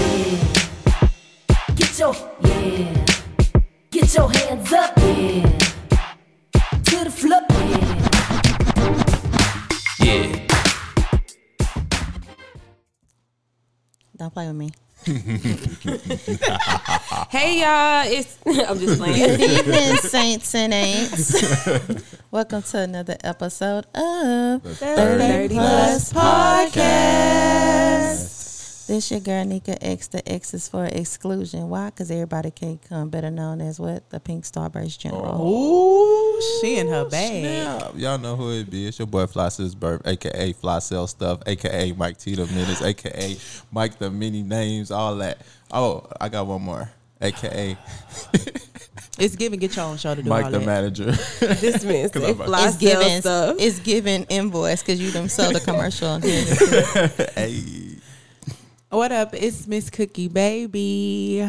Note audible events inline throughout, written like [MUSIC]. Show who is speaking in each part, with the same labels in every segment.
Speaker 1: yeah. Get your, yeah. Get your hands up, yeah. To the floor, yeah.
Speaker 2: Yeah.
Speaker 3: Don't play with me.
Speaker 4: Hey y'all, it's [LAUGHS] I'm just playing.
Speaker 2: [LAUGHS]
Speaker 3: Evening, [LAUGHS] saints and ain'ts. Welcome to another episode of
Speaker 4: [LAUGHS] Thirty Plus
Speaker 3: Podcast. This your girl Nika X. The X is for exclusion. Why? Because everybody can't come. Better known as what the Pink Starburst General.
Speaker 5: Ooh, she in her bag.
Speaker 2: Snap. Y'all know who it be. It's your boy Fly Sis Burp, aka Fly Cell Stuff, aka Mike T the Minutes, aka Mike the Many Names, all that. Oh, I got one more. AKA
Speaker 5: It's giving get your own show to do
Speaker 2: Mike
Speaker 5: all
Speaker 2: the
Speaker 5: that.
Speaker 2: Manager. [LAUGHS]
Speaker 4: Dismiss. It flies
Speaker 3: It's given.
Speaker 4: given stuff.
Speaker 3: It's given invoice because you them sold the commercial.
Speaker 2: hey.
Speaker 5: What up? It's Miss Cookie Baby.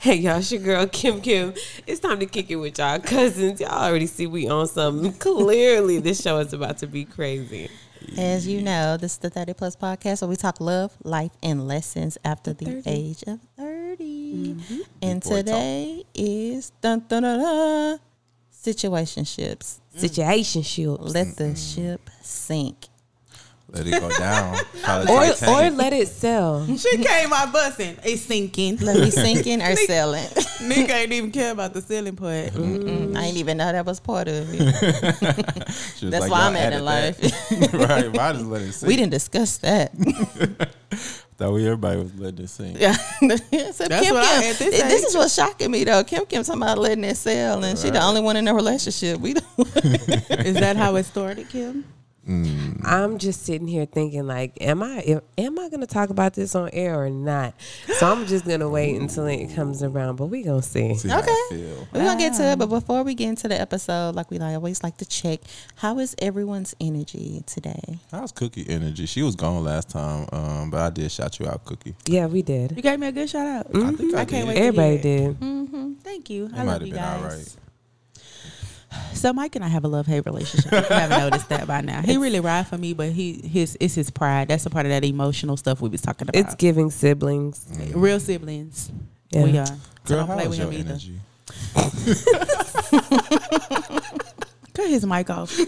Speaker 4: Hey y'all, it's your girl Kim Kim. It's time to kick it with y'all cousins. Y'all already see we on something. [LAUGHS] Clearly, this show is about to be crazy.
Speaker 3: As you know, this is the 30 Plus podcast where we talk love, life, and lessons after the age of 30. And
Speaker 2: Before we talk.
Speaker 3: today is dun, dun, dun, dun, situationships.
Speaker 4: Situationship.
Speaker 3: Let the ship sink.
Speaker 2: Let it go down. Call it
Speaker 4: Or or
Speaker 2: Titanic.
Speaker 4: let it sell.
Speaker 5: She came out busting. It's sinking.
Speaker 3: [LAUGHS] Let me sinking or selling.
Speaker 5: Nick ain't even care about the ceiling part.
Speaker 2: Mm-hmm.
Speaker 3: Mm, I didn't even know that was part of it.
Speaker 2: She was
Speaker 3: That's why
Speaker 2: like, y'all
Speaker 3: I'm at in
Speaker 2: added
Speaker 3: life.
Speaker 2: that. [LAUGHS] right. Why just let it sink?
Speaker 3: we didn't discuss that. [LAUGHS]
Speaker 2: Thought we everybody was letting it sink.
Speaker 3: Yeah. So
Speaker 5: That's
Speaker 3: Kim
Speaker 5: what I-
Speaker 3: Kim-
Speaker 5: at
Speaker 3: this,
Speaker 5: this
Speaker 3: is what's shocking me though. Kim Kim talking about letting it sell, and she the
Speaker 2: Right.
Speaker 3: only one in a relationship. We don't.
Speaker 5: Is that how it started, Kim?
Speaker 4: I'm just sitting here thinking, like, am I am I gonna talk about this on air or not? So I'm just gonna wait until it comes around. But we gonna see.
Speaker 2: See how I
Speaker 3: Okay.
Speaker 2: feel.
Speaker 3: We're gonna get to it, but before we get into the episode, like we like, always like to check, how is everyone's energy today?
Speaker 2: How's Cookie energy? She was gone last time, um, but I did shout you out, Cookie.
Speaker 4: Yeah, we did.
Speaker 5: You gave me a good shout out.
Speaker 2: I think I,
Speaker 5: I can't
Speaker 2: did.
Speaker 5: wait.
Speaker 4: Everybody did.
Speaker 5: Thank you.
Speaker 2: Hmm? It
Speaker 5: I
Speaker 2: might have
Speaker 5: love
Speaker 2: been
Speaker 5: you guys.
Speaker 2: all right.
Speaker 5: So Mike and I have a love hate relationship. If you haven't noticed that by now. He really ride for me, but he his it's his pride. That's a part of that emotional stuff we was talking about.
Speaker 4: It's giving siblings.
Speaker 5: real siblings.
Speaker 4: Yeah.
Speaker 5: We are. So
Speaker 2: Girl,
Speaker 5: don't
Speaker 2: how
Speaker 5: play
Speaker 2: was
Speaker 5: with
Speaker 2: your
Speaker 5: him either.
Speaker 2: energy?
Speaker 5: Cut his mic off.
Speaker 2: [LAUGHS]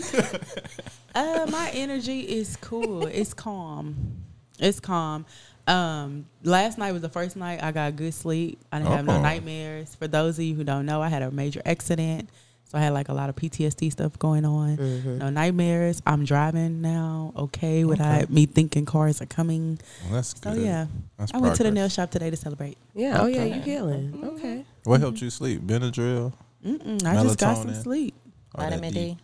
Speaker 5: uh, my energy is cool. It's calm. It's calm. Um, last night was the first night I got good sleep. I didn't have no
Speaker 2: Uh-oh.
Speaker 5: nightmares. For those of you who don't know, I had a major accident. So I had like a lot of PTSD stuff going on.
Speaker 2: Mm-hmm.
Speaker 5: No nightmares. I'm driving now, okay, without me thinking cars are coming.
Speaker 2: Well, that's
Speaker 5: So
Speaker 2: good.
Speaker 5: Oh, yeah.
Speaker 2: That's
Speaker 5: I went to the
Speaker 2: progress.
Speaker 5: nail shop today to celebrate.
Speaker 4: Yeah. Oh yeah, you healing. Okay.
Speaker 2: What helped you sleep? Benadryl?
Speaker 5: Mm-mm, Mm, I just got some
Speaker 2: Melatonin. [LAUGHS]
Speaker 5: sleep.
Speaker 2: All that
Speaker 3: Vitamin D.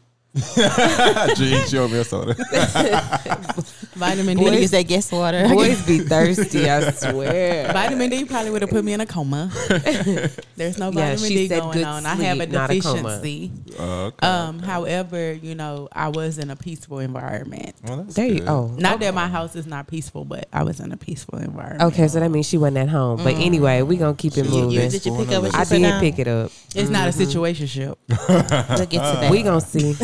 Speaker 2: Drink your milk soda.
Speaker 5: Vitamin
Speaker 3: You
Speaker 5: D.
Speaker 3: use that guest water.
Speaker 4: [LAUGHS] Boys be thirsty, I swear.
Speaker 5: Vitamin D probably would have put me in
Speaker 4: [LAUGHS]
Speaker 5: a coma. There's no
Speaker 4: Yeah,
Speaker 5: vitamin
Speaker 4: she
Speaker 5: D
Speaker 4: said
Speaker 5: going
Speaker 4: good
Speaker 5: on. I have a
Speaker 4: sleep, not a coma.
Speaker 5: deficiency.
Speaker 2: Oh, okay.
Speaker 5: um, however, you know, I was in a peaceful environment.
Speaker 2: well, that's
Speaker 4: There you
Speaker 2: good.
Speaker 4: oh.
Speaker 5: Not that my house is not peaceful, but I was in a peaceful environment.
Speaker 4: Okay, so that means she wasn't at home. But anyway, we gonna keep it
Speaker 2: She was
Speaker 4: moving.
Speaker 2: just
Speaker 3: Mm. did you
Speaker 2: going
Speaker 3: pick up
Speaker 2: to
Speaker 3: what
Speaker 2: let
Speaker 3: she
Speaker 4: I
Speaker 2: it-
Speaker 4: did
Speaker 3: Sit down.
Speaker 4: pick it up.
Speaker 5: It's not a
Speaker 4: Mm-hmm.
Speaker 5: situationship.
Speaker 3: We'll get to that.
Speaker 4: We gonna see.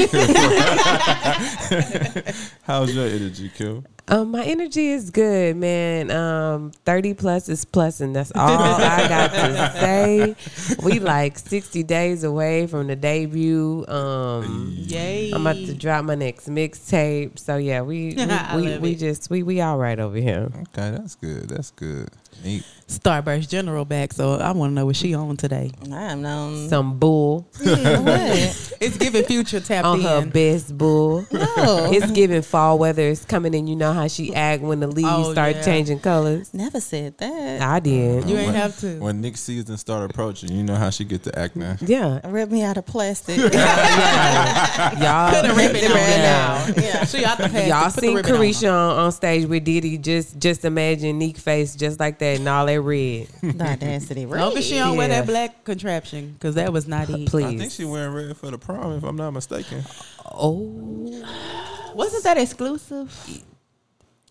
Speaker 2: How's your energy, Kim?
Speaker 4: Um, my energy is good, man. Um, thirty plus is plus, and that's all I got to say. We like sixty days away from the debut. Um,
Speaker 5: Yay!
Speaker 4: I'm about to drop my next mixtape. So yeah,
Speaker 5: [LAUGHS]
Speaker 4: we
Speaker 5: I
Speaker 4: we, we,
Speaker 5: love
Speaker 4: we
Speaker 5: it. Mm-hmm.
Speaker 4: just we we all right over here.
Speaker 2: Okay, that's good. That's good. Neat.
Speaker 5: Starburst General back, so I want to know what she on today.
Speaker 3: I am
Speaker 4: [LAUGHS]
Speaker 3: known.
Speaker 4: Some bull
Speaker 3: what?
Speaker 5: It's giving future tapped
Speaker 4: on her
Speaker 5: in.
Speaker 4: best
Speaker 5: [LAUGHS]
Speaker 4: bull.
Speaker 3: No.
Speaker 4: [LAUGHS] It's giving fall weather. It's coming, and you know how she act when the leaves
Speaker 5: Oh,
Speaker 4: start
Speaker 5: yeah. Mm-hmm.
Speaker 4: changing colors.
Speaker 3: Never said that.
Speaker 4: I did.
Speaker 5: You ain't
Speaker 2: When-
Speaker 5: have to.
Speaker 2: When Nick season start approaching, you know how she get to act now.
Speaker 4: Yeah,
Speaker 3: Rip me out of plastic.
Speaker 4: y'all.
Speaker 3: Rip it right now.
Speaker 5: Yeah, she out the past.
Speaker 4: Y'all
Speaker 5: Put the
Speaker 4: seen
Speaker 5: ribbon on.
Speaker 4: Carisha on, on stage with Diddy? Just, just imagine Neek face just like that and all that
Speaker 2: [LAUGHS]
Speaker 4: red.
Speaker 3: The audacity.
Speaker 5: No, because she don't wear
Speaker 4: Yeah.
Speaker 5: that black contraption because that was not it.
Speaker 2: I think
Speaker 4: Please.
Speaker 2: she wearing red for the prom, if I'm not mistaken.
Speaker 4: Oh,
Speaker 5: Wasn't that exclusive?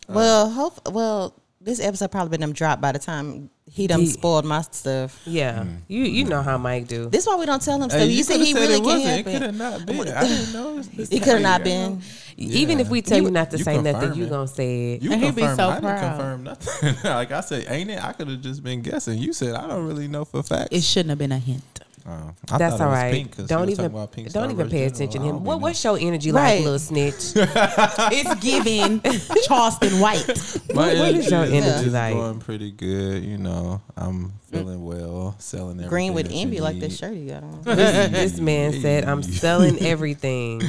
Speaker 3: Well, hope. Well, this episode probably been them dropped by the time He done
Speaker 4: He-
Speaker 3: spoiled my stuff.
Speaker 4: Yeah,
Speaker 2: Hmm.
Speaker 4: you you know how Mike do.
Speaker 3: This is why we don't tell him stuff.
Speaker 2: Hey,
Speaker 3: you said
Speaker 2: coulda
Speaker 3: he really
Speaker 2: it
Speaker 3: can
Speaker 2: wasn't.
Speaker 3: help
Speaker 2: It could
Speaker 3: it.
Speaker 2: have not been. I didn't know. It, was
Speaker 3: It could have not been.
Speaker 4: Even if we tell you, not to
Speaker 2: You
Speaker 4: say nothing,
Speaker 2: confirm
Speaker 4: you
Speaker 2: it.
Speaker 4: gonna say it.
Speaker 2: You
Speaker 5: And he be
Speaker 2: confirmed. I
Speaker 5: so
Speaker 2: didn't
Speaker 5: proud.
Speaker 2: confirm nothing. [LAUGHS] like I said, ain't it? I could have just been guessing. You said I don't really know for facts.
Speaker 5: It shouldn't have been a hint.
Speaker 2: Oh, I
Speaker 4: That's
Speaker 2: thought it
Speaker 4: all
Speaker 2: was
Speaker 4: right.
Speaker 2: pink 'cause
Speaker 4: don't
Speaker 2: we were talking
Speaker 4: even
Speaker 2: about pink
Speaker 4: don't
Speaker 2: Starburst
Speaker 4: even pay
Speaker 2: General.
Speaker 4: attention
Speaker 2: I
Speaker 4: to him.
Speaker 2: don't
Speaker 4: What
Speaker 2: be
Speaker 4: what's your energy
Speaker 3: Right.
Speaker 4: like, little snitch?
Speaker 2: [LAUGHS]
Speaker 5: It's giving Charleston White.
Speaker 2: know. My
Speaker 4: what- what is your energy
Speaker 2: is
Speaker 4: like?
Speaker 2: Going pretty good. You know, I'm feeling well, selling everything.
Speaker 3: Green with
Speaker 2: that you
Speaker 3: envy like that
Speaker 2: need.
Speaker 3: shirt he got on.
Speaker 4: this man said, "I'm
Speaker 2: [LAUGHS]
Speaker 4: selling everything."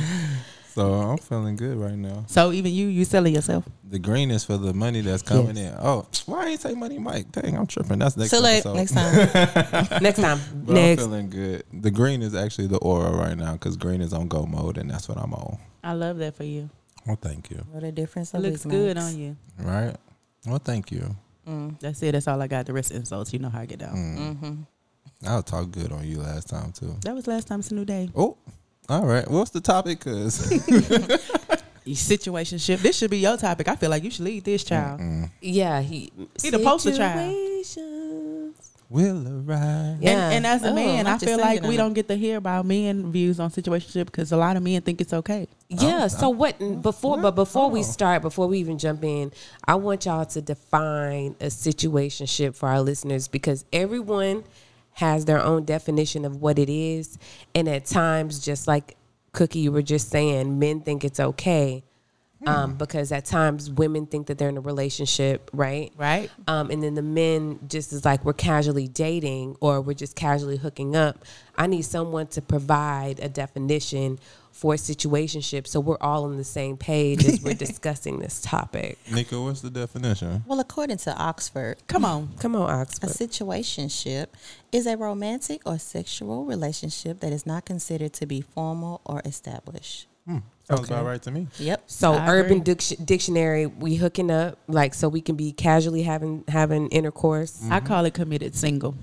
Speaker 2: So I'm feeling good right now.
Speaker 5: So even you, you selling yourself.
Speaker 2: The green is for the money that's coming in. Oh, why I ain't say money, Mike? Dang, I'm tripping. That's next
Speaker 3: Too late.
Speaker 2: episode.
Speaker 3: Next time.
Speaker 4: Next time,
Speaker 2: [LAUGHS] But
Speaker 4: next.
Speaker 2: I'm feeling good. The green is actually the aura right now because green is on go mode, and that's what I'm on.
Speaker 5: I love that for you.
Speaker 2: Well, thank you.
Speaker 3: What a difference
Speaker 5: It
Speaker 3: a
Speaker 5: looks
Speaker 3: week
Speaker 5: good
Speaker 3: makes.
Speaker 5: on you.
Speaker 2: Right. Well, thank you.
Speaker 5: That's it. That's all I got. The rest insults. You know how I get down.
Speaker 2: I'll talk good on you last time too.
Speaker 5: That was last time. It's a new day.
Speaker 2: Oh, all right. What's the topic? Cause [LAUGHS]
Speaker 5: Situation ship. This should be your topic. I feel like you should lead this child.
Speaker 4: Yeah, he
Speaker 5: He the poster child.
Speaker 4: Situations.
Speaker 2: we'll arrive.
Speaker 4: Yeah.
Speaker 5: And, and as a
Speaker 3: Oh,
Speaker 5: man,
Speaker 3: I
Speaker 5: I
Speaker 3: just
Speaker 5: feel
Speaker 3: sang
Speaker 5: like
Speaker 3: it
Speaker 5: we
Speaker 3: on-
Speaker 5: don't get to hear about men views on situationship because a lot of men think it's okay.
Speaker 4: Yeah. so what? Before, but before we
Speaker 2: oh.
Speaker 4: start, before we even jump in, I want y'all to define a situationship for our listeners because everyone has their own definition of what it is, and at times, just like Cookie, you were just saying, men think it's okay. Um, because at times women think that they're in a relationship, right?
Speaker 5: Right.
Speaker 4: Um, and then the men just is like we're casually dating or we're just casually hooking up. I need someone to provide a definition for situationship so we're all on the same page as
Speaker 3: [LAUGHS]
Speaker 4: we're discussing this topic.
Speaker 2: Nico, what's the definition?
Speaker 3: Well, according to Oxford,
Speaker 5: Come on.
Speaker 4: Come on,
Speaker 3: A
Speaker 4: Oxford.
Speaker 3: situationship is a romantic or sexual relationship that is not considered to be formal or established.
Speaker 2: Sounds about right to me.
Speaker 3: Yep.
Speaker 4: So
Speaker 5: I
Speaker 4: Urban
Speaker 5: agree.
Speaker 4: Dic- Dictionary, we hooking up like so we can be casually having having intercourse.
Speaker 5: I call it committed single.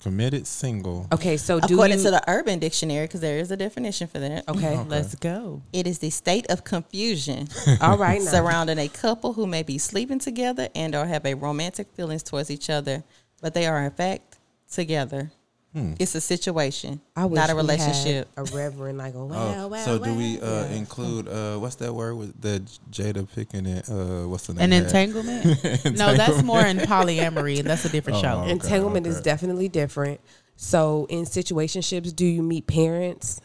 Speaker 2: Committed single.
Speaker 4: Okay, so do
Speaker 3: According
Speaker 4: you,
Speaker 3: to the Urban Dictionary, because there is a definition for that,
Speaker 4: okay,
Speaker 5: Let's go.
Speaker 3: it is the state of confusion
Speaker 4: [LAUGHS] all right, now.
Speaker 3: surrounding a couple who may be sleeping together and or have a romantic feelings towards each other, but they are in fact together. It's a situation,
Speaker 4: I wish
Speaker 3: not a
Speaker 4: we had
Speaker 3: relationship.
Speaker 4: a reverend like a
Speaker 2: Oh,
Speaker 4: wow, wow.
Speaker 2: so do we
Speaker 4: wow.
Speaker 2: uh, include uh, what's that word with the J- Jada picking it? Uh, what's the name?
Speaker 5: An
Speaker 2: of that?
Speaker 5: entanglement? No, that's more in polyamory, and that's a different
Speaker 2: Oh,
Speaker 5: show.
Speaker 2: okay.
Speaker 4: Entanglement is
Speaker 2: okay.
Speaker 4: definitely different. So in situationships, do you meet parents?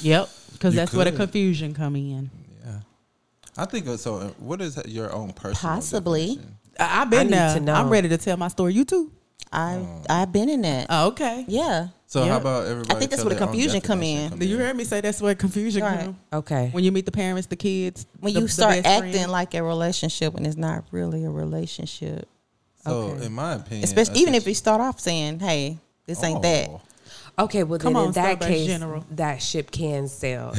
Speaker 5: Yep, because
Speaker 2: You
Speaker 5: that's where the
Speaker 2: could.
Speaker 5: confusion come in.
Speaker 2: Yeah, I think uh, so. uh, What is your own personal
Speaker 3: Possibly.
Speaker 2: definition?
Speaker 5: I, I've
Speaker 4: I
Speaker 5: been
Speaker 4: need
Speaker 5: there.
Speaker 4: to know.
Speaker 5: I'm ready to tell my story. You too.
Speaker 4: Oh.
Speaker 3: I I've been in that.
Speaker 5: Oh, okay.
Speaker 3: yeah.
Speaker 2: So
Speaker 5: Yeah.
Speaker 2: how about everybody?
Speaker 3: I think that's
Speaker 2: tell
Speaker 3: where the
Speaker 2: their own
Speaker 3: confusion come
Speaker 2: definition
Speaker 3: in.
Speaker 5: Do you hear me say that's where confusion
Speaker 3: Right.
Speaker 5: come?
Speaker 4: Okay.
Speaker 5: When you meet the parents, the kids,
Speaker 3: when
Speaker 5: the-
Speaker 3: you
Speaker 5: the
Speaker 3: start
Speaker 5: best
Speaker 3: acting
Speaker 5: friend.
Speaker 3: like a relationship when it's not really a relationship.
Speaker 2: So
Speaker 4: Okay.
Speaker 2: in my opinion,
Speaker 3: Especially
Speaker 2: a
Speaker 3: even if
Speaker 2: situ-
Speaker 3: you start off saying, "Hey, this ain't that."
Speaker 2: Oh.
Speaker 4: Okay, well
Speaker 5: Come
Speaker 4: then
Speaker 5: on,
Speaker 4: in that
Speaker 5: Starburst
Speaker 4: case,
Speaker 5: General.
Speaker 4: that ship can
Speaker 2: [LAUGHS]
Speaker 4: sail.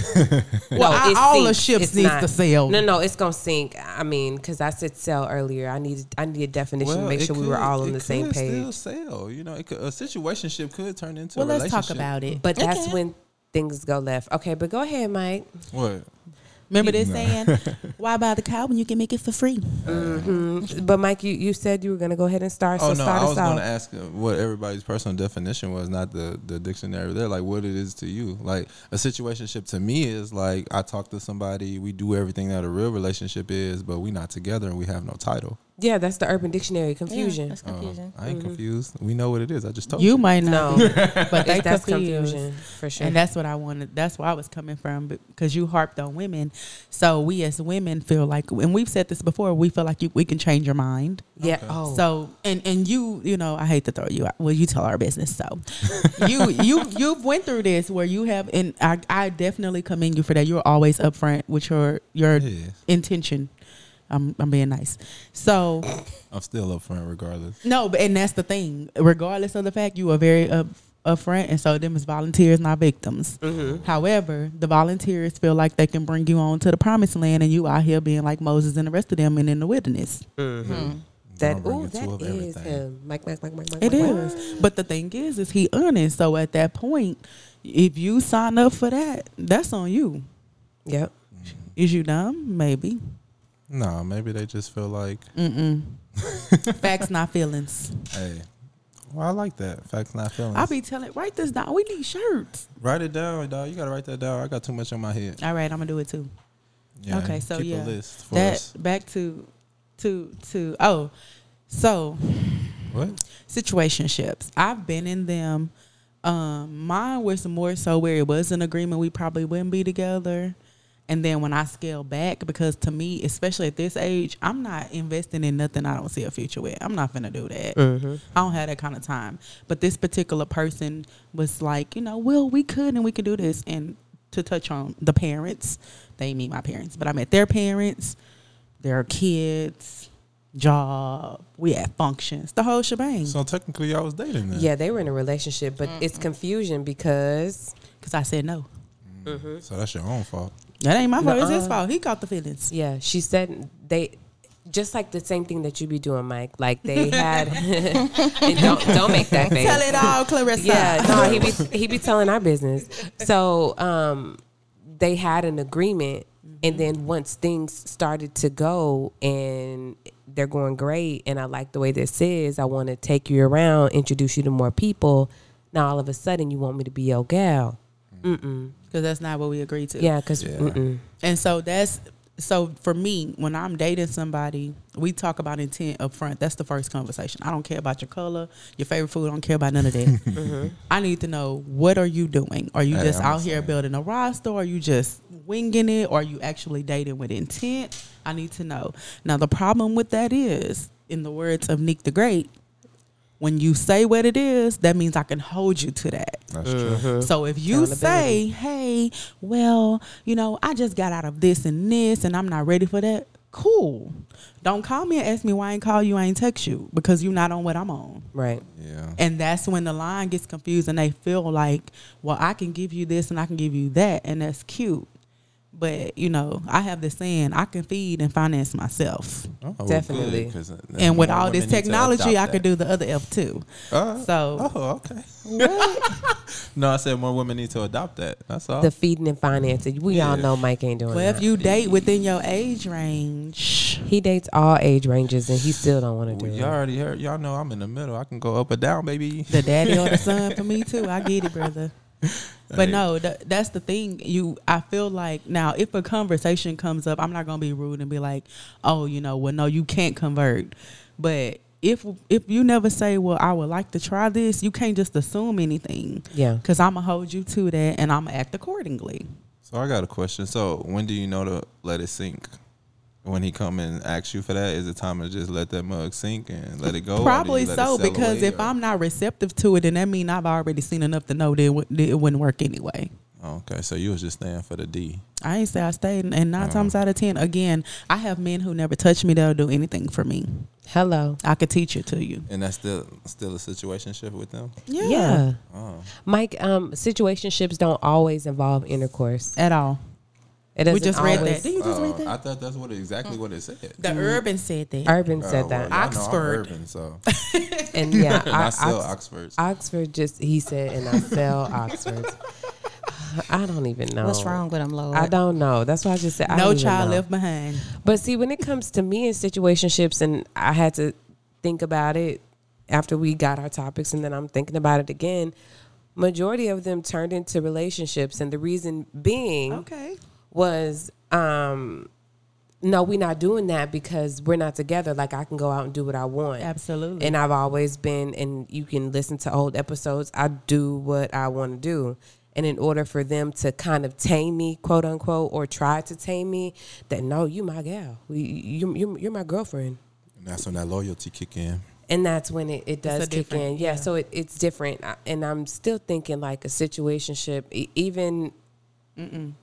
Speaker 5: well, I-
Speaker 4: it
Speaker 5: all the
Speaker 4: sinks.
Speaker 5: ships
Speaker 4: It's
Speaker 5: needs
Speaker 4: not-
Speaker 5: to sail.
Speaker 4: No, no, it's gonna sink. I mean, because I said sail earlier. I need I need a definition to make
Speaker 2: it
Speaker 4: sure we were
Speaker 2: could-
Speaker 4: all on
Speaker 2: it
Speaker 4: the same
Speaker 2: could
Speaker 4: page.
Speaker 2: Still sell, you know, it could, a situationship could turn into
Speaker 5: Well,
Speaker 2: a
Speaker 5: let's
Speaker 2: relationship.
Speaker 5: talk about it.
Speaker 4: But that's
Speaker 3: Okay.
Speaker 4: when things go left. Okay, but go ahead, Mike.
Speaker 2: What?
Speaker 5: Remember this
Speaker 2: [LAUGHS]
Speaker 5: saying, "Why buy the cow when you can make it for free?"
Speaker 4: But Mike, you, you said you were gonna go ahead and start.
Speaker 2: Oh
Speaker 4: so
Speaker 2: no,
Speaker 4: start
Speaker 2: I
Speaker 4: us
Speaker 2: was
Speaker 4: off.
Speaker 2: going to ask uh, what everybody's personal definition was, not the the dictionary. They're like what it is to you. Like a situationship to me is like I talk to somebody, we do everything that a real relationship is, but we not together and we have no title. Um,
Speaker 4: yeah, that's the Urban Dictionary
Speaker 3: Yeah,
Speaker 4: confusion.
Speaker 3: that's
Speaker 2: Uh-huh.
Speaker 3: confusion.
Speaker 2: I ain't confused. We know what it is. I just told you.
Speaker 5: You might know, but they
Speaker 4: It's- that's
Speaker 5: confused.
Speaker 4: confusion for sure.
Speaker 5: And that's what I wanted. That's where I was coming from because you harped on women. So we as women feel like, and we've said this before, we feel like you, we can change your mind.
Speaker 4: yeah. Oh.
Speaker 5: So and and you you know I hate to throw you out. Well, you tell our business. So you you you've went through this where you have and I I definitely commend you for that. You're always upfront with your your
Speaker 2: Yes.
Speaker 5: intention. I'm I'm being nice. So
Speaker 2: I'm still up front regardless.
Speaker 5: no, but and that's the thing. Regardless of the fact, you are very up upfront, and so them is volunteers, not victims. However, the volunteers feel like they can bring you on to the promised land, and you out here being like Moses and the rest of them, and in the wilderness.
Speaker 4: That
Speaker 2: Don't bring
Speaker 4: ooh,
Speaker 2: it to
Speaker 4: that
Speaker 2: of
Speaker 4: is
Speaker 2: everything.
Speaker 4: him. Mike, Mike, Mike, Mike, Mike.
Speaker 5: It
Speaker 4: Mike.
Speaker 5: is. But the thing is, is he honest? So at that point, if you sign up for that, that's on you.
Speaker 4: Yep.
Speaker 5: Is you dumb? Maybe. Mm.
Speaker 2: No, maybe they just feel like,
Speaker 5: Facts, not feelings.
Speaker 2: hey, Well, I like that. Facts not feelings.
Speaker 5: I'll be telling, write this down. We need shirts.
Speaker 2: write it down, dog. You gotta write that down. I got too much on my head.
Speaker 5: All right, I'm gonna do it too.
Speaker 2: Yeah,
Speaker 5: Okay, so
Speaker 2: keep a
Speaker 5: yeah.
Speaker 2: list for
Speaker 5: that
Speaker 2: us.
Speaker 5: back to, to to oh, so
Speaker 2: What?
Speaker 5: situationships. I've been in them. Um, mine was more so where it was an agreement we probably wouldn't be together. And then when I scale back, because to me, especially at this age, I'm not investing in nothing I don't see a future with. I'm not gonna do that. I don't have that kind of time. But this particular person was like, you know, well, we could and we could do this. And to touch on the parents, they mean my parents, but I met their parents, their kids, job, we had functions, the whole shebang.
Speaker 2: So technically, I was dating then.
Speaker 4: Yeah, they were in a relationship, but it's confusion because
Speaker 5: Because I said no.
Speaker 2: So that's your own fault.
Speaker 5: That ain't my fault. It's his
Speaker 4: Nuh-uh.
Speaker 5: fault. He caught the feelings.
Speaker 4: yeah, she said they just like the same thing that you be doing, Mike. Like
Speaker 5: [LAUGHS]
Speaker 4: they had [LAUGHS] and don't don't make that face.
Speaker 5: Tell it all, [LAUGHS] Clarissa.
Speaker 4: Yeah, no, he be he be telling our business. So um, they had an agreement, and
Speaker 5: Mm-hmm.
Speaker 4: then once things started to go and they're going great, and I like the way this is, I want to take you around, introduce you to more people. Now all of a sudden, you want me to be your gal? Mm-mm.
Speaker 5: Because that's not what we agreed to.
Speaker 4: Yeah, because
Speaker 2: Yeah.
Speaker 5: And so that's so for me, when I'm dating somebody, we talk about intent up front. That's the first conversation. I don't care about your color, your favorite food. I don't care about none of that. I need to know what are you doing? Are you
Speaker 2: Hey,
Speaker 5: just
Speaker 2: I'm
Speaker 5: out
Speaker 2: the
Speaker 5: here
Speaker 2: same.
Speaker 5: building a roster? Are you just winging it? Are you actually dating with intent? I need to know. Now the problem with that is, in the words of Nick the Great, when you say what it is, that means I can hold you to that.
Speaker 2: That's true.
Speaker 5: So if you say, hey, well, you know, I just got out of this and this and I'm not ready for that, cool. Don't call me and ask me why I ain't call you, I ain't text you because you're not on what I'm on.
Speaker 4: right.
Speaker 2: Yeah.
Speaker 5: And that's when the line gets confused and they feel like, well, I can give you this and I can give you that. And that's cute. But, you know, I have this saying I can feed and finance myself.
Speaker 2: Oh, well,
Speaker 4: Definitely.
Speaker 2: good, 'cause, uh,
Speaker 5: And with
Speaker 2: more
Speaker 5: all
Speaker 2: women need
Speaker 5: this
Speaker 2: to
Speaker 5: technology, I
Speaker 2: adopt
Speaker 5: could
Speaker 2: that.
Speaker 5: do the other F too.
Speaker 2: Uh,
Speaker 5: So,
Speaker 2: Oh, okay. [LAUGHS] no, I said more women need to adopt that. That's all.
Speaker 4: The feeding and financing. We all
Speaker 2: Yeah.
Speaker 4: know Mike ain't doing
Speaker 5: well,
Speaker 4: that.
Speaker 5: if you date within your age range,
Speaker 4: He dates all age ranges, and he still don't want to
Speaker 2: Well,
Speaker 4: do
Speaker 2: Oh, y'all
Speaker 4: it.
Speaker 2: already heard. Y'all know I'm in the middle. I can go up or down, baby.
Speaker 5: the daddy or the son for me too. I get it, brother. But no, th- that's the thing. You, I feel like now if a conversation comes up, I'm not gonna be rude and be like, "Oh, you know, well, no, you can't convert." But if if you never say, "Well, I would like to try this," you can't just assume anything.
Speaker 4: Yeah.
Speaker 5: because I'm gonna hold you to that, and I'm gonna act accordingly.
Speaker 2: So I got a question. So when do you know to let it sink? When he come and ask you for that, is it time to just let that mug sink and let it go? or do Oh, you
Speaker 5: Probably
Speaker 2: let it sail
Speaker 5: so because
Speaker 2: away,
Speaker 5: if
Speaker 2: or-
Speaker 5: I'm not receptive to it, then that means I've already seen enough to know that it, w- that it wouldn't work anyway.
Speaker 2: Oh, okay, so you was just staying for the D.
Speaker 5: I ain't say I stayed, and 9
Speaker 2: Oh.
Speaker 5: times out of ten, again, I have men who never touch me. They'll do anything for me.
Speaker 4: Hello.
Speaker 5: I could teach it to you.
Speaker 2: And that's still still a situation shift with them.
Speaker 5: Yeah.
Speaker 4: yeah.
Speaker 2: Oh,
Speaker 4: Mike, um, situationships don't always involve intercourse.
Speaker 5: At all.
Speaker 4: It doesn't
Speaker 5: We just read
Speaker 4: always-
Speaker 5: that. Did you just read
Speaker 2: Oh, I
Speaker 5: that?
Speaker 2: thought that's what exactly what it said.
Speaker 5: The urban said that.
Speaker 4: Urban
Speaker 2: Oh,
Speaker 4: said
Speaker 2: well,
Speaker 4: that,
Speaker 2: y'all know I'm
Speaker 5: Oxford.
Speaker 2: urban, [LAUGHS] so
Speaker 4: and yeah,
Speaker 2: I,
Speaker 4: I,
Speaker 2: sell
Speaker 4: Ox-
Speaker 2: Oxfords.
Speaker 4: Oxford just he said, and I sell
Speaker 2: [LAUGHS]
Speaker 4: Oxford. I don't even
Speaker 2: Oh.
Speaker 4: know
Speaker 3: What's wrong with them, Lord?
Speaker 4: I don't know. That's why I just said I
Speaker 5: no
Speaker 4: don't even
Speaker 5: child
Speaker 4: know.
Speaker 5: left behind.
Speaker 4: But see, when it comes to me in situationships, and I had to think about it after we got our topics, and then I'm thinking about it again. Majority of them turned into relationships, and the reason being,
Speaker 5: Okay.
Speaker 4: was um no we're not doing that because we're not together like i can go out and do what i want
Speaker 5: Absolutely.
Speaker 4: and i've always been and you can listen to old episodes i do what i want to do and in order for them to kind of tame me quote unquote or try to tame me that no you my gal you, you, you, you're my girlfriend
Speaker 2: And that's when that loyalty kick [LAUGHS] in.
Speaker 4: and that's when it, it does
Speaker 5: a
Speaker 4: kick in.
Speaker 5: different-
Speaker 4: Yeah,
Speaker 5: yeah.
Speaker 4: so it, it's different. I- And I'm still thinking like a situationship, e- even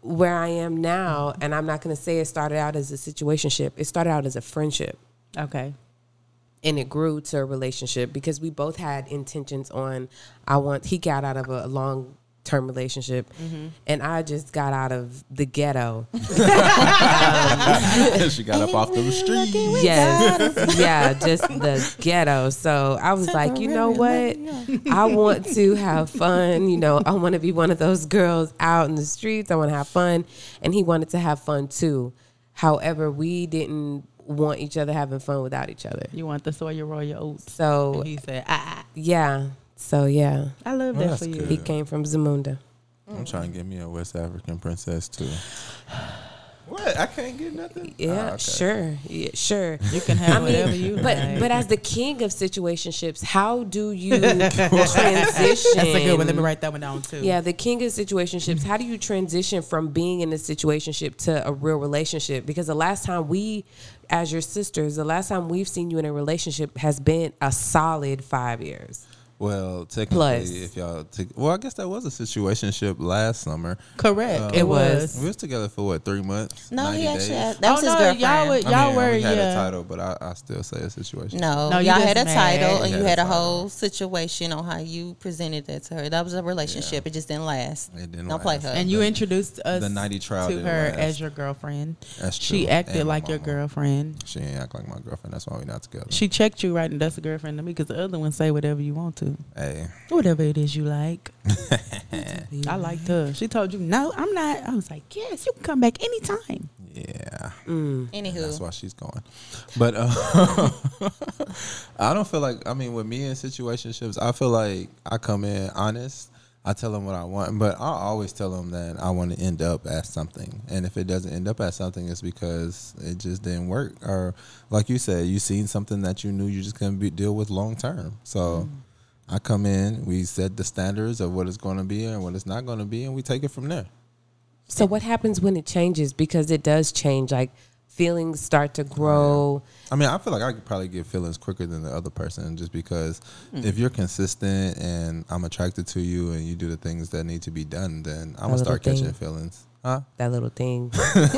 Speaker 4: where I am now. And I'm not going to say it started out as a situationship, it started out as a friendship
Speaker 5: okay.
Speaker 4: and it grew to a relationship because we both had intentions on I want he got out of a long term relationship
Speaker 5: Mm-hmm.
Speaker 4: and I just got out of the ghetto.
Speaker 2: she got up off the
Speaker 4: [LAUGHS]
Speaker 2: street.
Speaker 4: yes. yeah, just the ghetto. So I was like, you know what? I want to have fun. You know, I want to be one of those girls out in the streets. I want to have fun. And he wanted to have fun too. However, we didn't want each other having fun without each other.
Speaker 5: You want the soya royal oats?
Speaker 4: So
Speaker 5: And he said, ah,
Speaker 4: yeah, so yeah,
Speaker 5: I love
Speaker 2: Well,
Speaker 5: that
Speaker 2: that's
Speaker 5: for you.
Speaker 2: good.
Speaker 4: he came from Zamunda.
Speaker 5: Ah,
Speaker 2: I'm trying to get me a West African princess too. What? I can't get nothing.
Speaker 4: Yeah,
Speaker 2: Ah, okay.
Speaker 4: sure, yeah, sure.
Speaker 5: You can have
Speaker 4: I
Speaker 5: whatever
Speaker 4: mean,
Speaker 5: you
Speaker 4: but
Speaker 5: like.
Speaker 4: but as the king of situationships, how do
Speaker 5: [LAUGHS]
Speaker 4: you transition?
Speaker 5: That's a good one. Let me write that one down too.
Speaker 4: Yeah, the king of situationships. How do you transition from being in a situationship to a real relationship? Because the last time we, as your sisters, the last time we've seen you in a relationship has been a solid five years.
Speaker 2: Well, technically,
Speaker 4: Plus.
Speaker 2: if y'all, take well, I guess that was a situationship last summer.
Speaker 5: Correct.
Speaker 2: Um,
Speaker 5: it
Speaker 4: was.
Speaker 5: was.
Speaker 2: We was together for what three months?
Speaker 3: No, he
Speaker 2: 90
Speaker 3: actually
Speaker 2: days?
Speaker 3: had, that was his
Speaker 5: Oh, no,
Speaker 3: girlfriend.
Speaker 5: y'all were-
Speaker 2: I
Speaker 5: y'all
Speaker 2: mean,
Speaker 5: were
Speaker 2: we had
Speaker 5: yeah.
Speaker 2: a title, but I, I still say a situation.
Speaker 3: No,
Speaker 5: No, you
Speaker 3: y'all had a
Speaker 5: just mad.
Speaker 3: title and
Speaker 2: You
Speaker 3: you
Speaker 2: had
Speaker 3: had
Speaker 2: a
Speaker 3: a whole situation on how you presented that to her. That was a relationship. It just didn't last.
Speaker 2: It didn't
Speaker 3: Don't play
Speaker 2: last.
Speaker 3: her.
Speaker 5: And you introduced us
Speaker 2: the 90 trial
Speaker 5: to
Speaker 2: didn't
Speaker 5: her
Speaker 2: last.
Speaker 5: as your girlfriend.
Speaker 2: That's
Speaker 5: she
Speaker 2: true.
Speaker 5: acted
Speaker 2: And my
Speaker 5: like your
Speaker 2: mama.
Speaker 5: girlfriend.
Speaker 2: She ain't act like my girlfriend. That's why we not together.
Speaker 5: She checked you right, and that's a girlfriend to me because the other one say whatever you want to,
Speaker 2: hey,
Speaker 5: whatever it is
Speaker 2: [LAUGHS]
Speaker 5: you like. I liked her. She told you no, I'm not. I was like, yes, you can come back anytime.
Speaker 2: yeah. And That's
Speaker 3: Anywho,
Speaker 2: why she's going. But uh, [LAUGHS] I don't feel like I mean with me in situationships, I feel like I come in honest. I tell them what I want, but I always tell them that I want to end up at something. And if it doesn't end up at something, it's because it just didn't work, or like you said, you seen something that you knew you just couldn't be, deal with long term. So I come in, we set the standards of what it's going to be and what it's not going to be, and we take it from there.
Speaker 4: So what happens when it changes? Because it does change. Like feelings start to grow.
Speaker 2: I mean, I feel like I could probably get feelings quicker than the other person just because
Speaker 4: Hmm.
Speaker 2: if you're consistent and I'm attracted to you and you do the things that need to be done, then I'm
Speaker 4: That
Speaker 2: gonna start
Speaker 4: little
Speaker 2: catching
Speaker 4: thing.
Speaker 2: feelings. Huh?
Speaker 4: That little
Speaker 2: [LAUGHS]
Speaker 4: thing. Really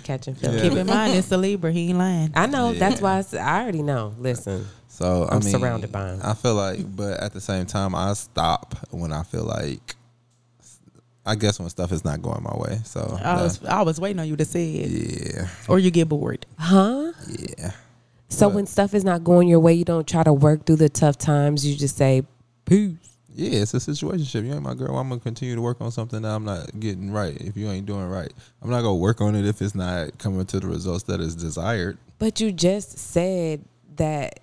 Speaker 4: catching feelings.
Speaker 2: Yeah.
Speaker 5: Keep in mind, it's a Libra. He ain't lying.
Speaker 4: I know. That's
Speaker 2: Yeah.
Speaker 4: why I, s- I already know. Listen,
Speaker 2: So I
Speaker 4: I'm
Speaker 2: mean,
Speaker 4: surrounded by 'em.
Speaker 2: I feel like, but at the same time, I stop when I feel like, I guess when stuff is not going my way. So
Speaker 5: I
Speaker 4: Oh.
Speaker 2: uh,
Speaker 5: was I was waiting on you to say it,
Speaker 2: yeah,
Speaker 5: or you get bored.
Speaker 4: huh?
Speaker 2: yeah.
Speaker 4: So
Speaker 2: What?
Speaker 4: when stuff is not going your way, you don't try to work through the tough times. You just say, "Peace."
Speaker 2: Yeah, it's a situationship. You ain't my girl. I'm gonna continue to work on something that I'm not getting right. If you ain't doing right, I'm not gonna work on it if it's not coming to the results that is desired.
Speaker 4: But you just said that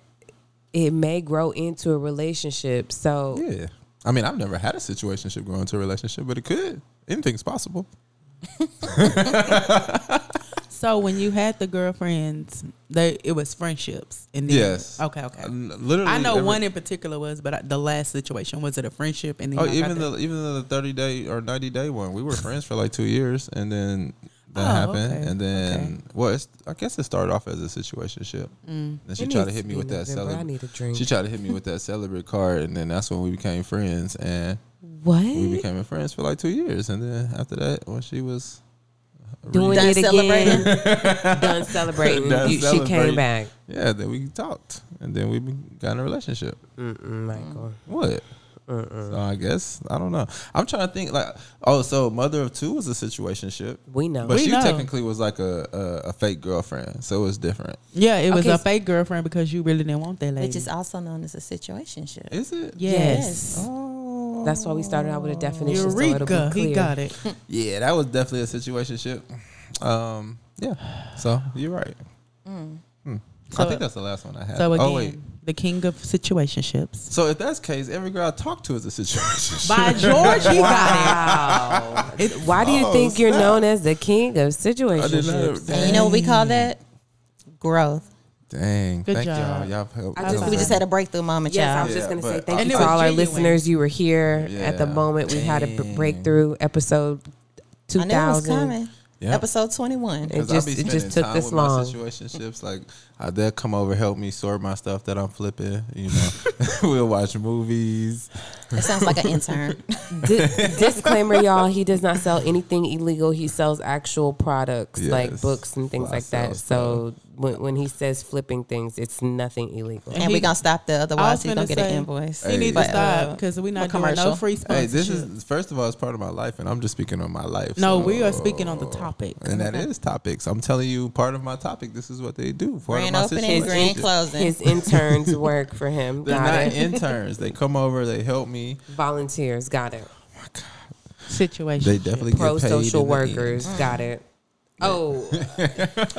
Speaker 4: it may grow into a relationship. So
Speaker 2: Yeah. I mean, I've never had a situationship go into a relationship, but it could. Anything's possible.
Speaker 5: So when you had the girlfriends, they it was friendships. And then,
Speaker 2: Yes.
Speaker 5: okay, okay.
Speaker 2: N- Literally,
Speaker 5: I know
Speaker 2: every-
Speaker 5: one in particular was, but I, the last situation was it a friendship? And then
Speaker 2: Oh,
Speaker 5: y'all got
Speaker 2: even
Speaker 5: the-
Speaker 2: the even the thirty day or ninety day one, we were friends for like two years, and then that
Speaker 5: Oh,
Speaker 2: happened,
Speaker 5: okay,
Speaker 2: and then well, it's, I guess it started off as a situationship. Mm. Then she
Speaker 4: It
Speaker 2: tried to
Speaker 4: needs
Speaker 2: hit
Speaker 4: to
Speaker 2: me
Speaker 4: be
Speaker 2: with that
Speaker 4: November. I
Speaker 2: celebrate.
Speaker 4: need a drink.
Speaker 2: She tried to hit me with that celebrate card, and then that's when we became friends, and
Speaker 4: what
Speaker 2: we became friends for like two years, and then after that, when she was uh,
Speaker 4: doing
Speaker 3: Done
Speaker 4: it again? [LAUGHS]
Speaker 3: celebrating.
Speaker 4: done celebrating.
Speaker 2: Done
Speaker 4: you, She
Speaker 2: celebrating.
Speaker 4: came back.
Speaker 2: yeah, then we talked, and then we be- got in a relationship.
Speaker 4: Mm-mm, Michael.
Speaker 2: What? So I guess I don't know. I'm trying to think like oh, so mother of two was a situationship,
Speaker 4: We know.
Speaker 2: but she
Speaker 5: know.
Speaker 2: technically was like a, a a fake girlfriend, so it's different.
Speaker 5: yeah, it was
Speaker 4: Okay,
Speaker 5: a
Speaker 4: s-
Speaker 5: fake girlfriend because you really didn't want that lady.
Speaker 3: which is also known as a situationship.
Speaker 2: Is it?
Speaker 5: yes.
Speaker 2: Oh.
Speaker 4: That's why we started out with a definition. So it'll
Speaker 5: Eureka,
Speaker 4: be clear.
Speaker 5: he got it.
Speaker 2: Yeah, that was definitely a situationship. Um, yeah. So you're right.
Speaker 4: Mm.
Speaker 2: Hmm. I
Speaker 5: So-
Speaker 2: think that's the last one I had.
Speaker 5: So again,
Speaker 2: oh wait.
Speaker 5: the king of situationships.
Speaker 2: So if that's the case, every girl I talk to is a situation.
Speaker 5: By George, [LAUGHS] he got
Speaker 4: Wow. Why do you
Speaker 2: Oh,
Speaker 4: think you're
Speaker 2: snap.
Speaker 4: known as the king of
Speaker 2: I did not-
Speaker 4: situationships?
Speaker 3: And you know what we
Speaker 5: Mm.
Speaker 3: call that? Growth.
Speaker 2: Dang.
Speaker 5: Good
Speaker 2: thank
Speaker 5: job.
Speaker 2: y'all. Y'all helped.
Speaker 4: I just-
Speaker 2: helped
Speaker 3: We
Speaker 2: us.
Speaker 3: just had a breakthrough moment,
Speaker 4: Yes, I
Speaker 3: y'all.
Speaker 4: was just
Speaker 2: Yeah,
Speaker 4: going to say
Speaker 2: but-
Speaker 4: thank
Speaker 5: And
Speaker 4: you
Speaker 5: it
Speaker 4: to
Speaker 5: was
Speaker 4: all our
Speaker 5: genuine.
Speaker 4: listeners. You were here at the
Speaker 2: Yeah.
Speaker 4: moment. We had a b-
Speaker 2: Dang.
Speaker 4: breakthrough episode
Speaker 3: I knew it was
Speaker 4: 2000.
Speaker 3: coming.
Speaker 2: Yeah.
Speaker 3: Episode 21.
Speaker 4: It
Speaker 2: 'Cause I
Speaker 4: just-
Speaker 2: be
Speaker 4: it just
Speaker 2: spending
Speaker 4: took
Speaker 2: time
Speaker 4: this
Speaker 2: with
Speaker 4: long.
Speaker 2: My situationships like uh, they'll come over, help me sort my stuff that I'm flipping. You know, [LAUGHS] we'll watch movies.
Speaker 3: It sounds like an
Speaker 5: [LAUGHS]
Speaker 3: intern.
Speaker 2: [LAUGHS]
Speaker 4: Di- disclaimer, y'all, he does not sell anything illegal. He sells actual products like
Speaker 2: Yes.
Speaker 4: books and things
Speaker 2: Well, I
Speaker 4: like
Speaker 2: sell
Speaker 4: that. So when, when he says flipping things, it's nothing illegal.
Speaker 3: and we're
Speaker 5: he-
Speaker 3: going to stop there. Otherwise,
Speaker 5: I
Speaker 3: he's
Speaker 5: was
Speaker 3: going to
Speaker 5: finna
Speaker 3: get an
Speaker 5: say,
Speaker 3: invoice.
Speaker 5: it. He needs to
Speaker 3: But, uh,
Speaker 5: stop because we're
Speaker 3: a
Speaker 5: not doing
Speaker 3: commercial.
Speaker 5: no free
Speaker 4: Oh,
Speaker 2: Hey,
Speaker 5: sponsorship.
Speaker 2: this is first of all, it's part of my life, and I'm just speaking on my life.
Speaker 5: no,
Speaker 2: so- uh,
Speaker 5: we are speaking on the topic.
Speaker 2: and that is topics. I'm telling you, part of my topic. This is what they do. Part
Speaker 3: grand
Speaker 2: of my
Speaker 3: opening, grand
Speaker 2: situationship.
Speaker 3: closing.
Speaker 4: His interns work for him.
Speaker 2: They're
Speaker 4: Got
Speaker 2: not
Speaker 4: it.
Speaker 2: interns. They come over. They
Speaker 4: [LAUGHS]
Speaker 2: help me.
Speaker 4: Volunteers. Got it.
Speaker 5: situation.
Speaker 2: They definitely
Speaker 4: Pro
Speaker 2: get paid in the
Speaker 4: social
Speaker 2: end.
Speaker 4: workers. Got it. Oh,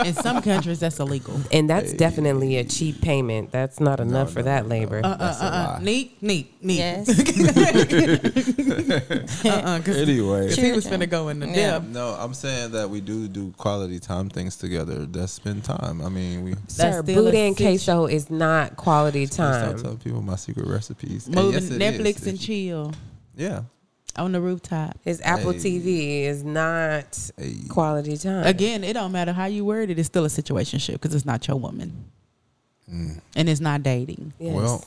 Speaker 5: In some countries, that's illegal.
Speaker 4: [LAUGHS] and that's definitely a cheap payment. That's not enough for that labor.
Speaker 5: Uh,
Speaker 2: That's a lie.
Speaker 5: Neat, neat, neat.
Speaker 2: [LAUGHS]
Speaker 5: [LAUGHS]
Speaker 3: Yes.
Speaker 5: Uh-uh, because
Speaker 2: Anyway,
Speaker 5: he was finna go in the
Speaker 3: Yeah.
Speaker 5: depth.
Speaker 2: no, I'm saying that we do do quality time things together. That's spend time. I mean, we.
Speaker 4: Sir,
Speaker 5: still
Speaker 4: Buddha
Speaker 5: a
Speaker 4: and
Speaker 5: situ-
Speaker 4: queso is not quality
Speaker 2: I
Speaker 4: time.
Speaker 2: tell people my secret recipes. And
Speaker 5: Moving
Speaker 2: yes, it
Speaker 5: Netflix
Speaker 2: is.
Speaker 5: and chill
Speaker 2: Yeah.
Speaker 5: on the rooftop.
Speaker 4: His Apple
Speaker 2: Hey.
Speaker 4: TV is not
Speaker 2: Hey.
Speaker 4: quality time.
Speaker 5: Again, it don't matter how you word it; it's still a situationship because it's not your woman,
Speaker 2: Mm.
Speaker 5: and it's not dating.
Speaker 4: Yes.
Speaker 2: Well,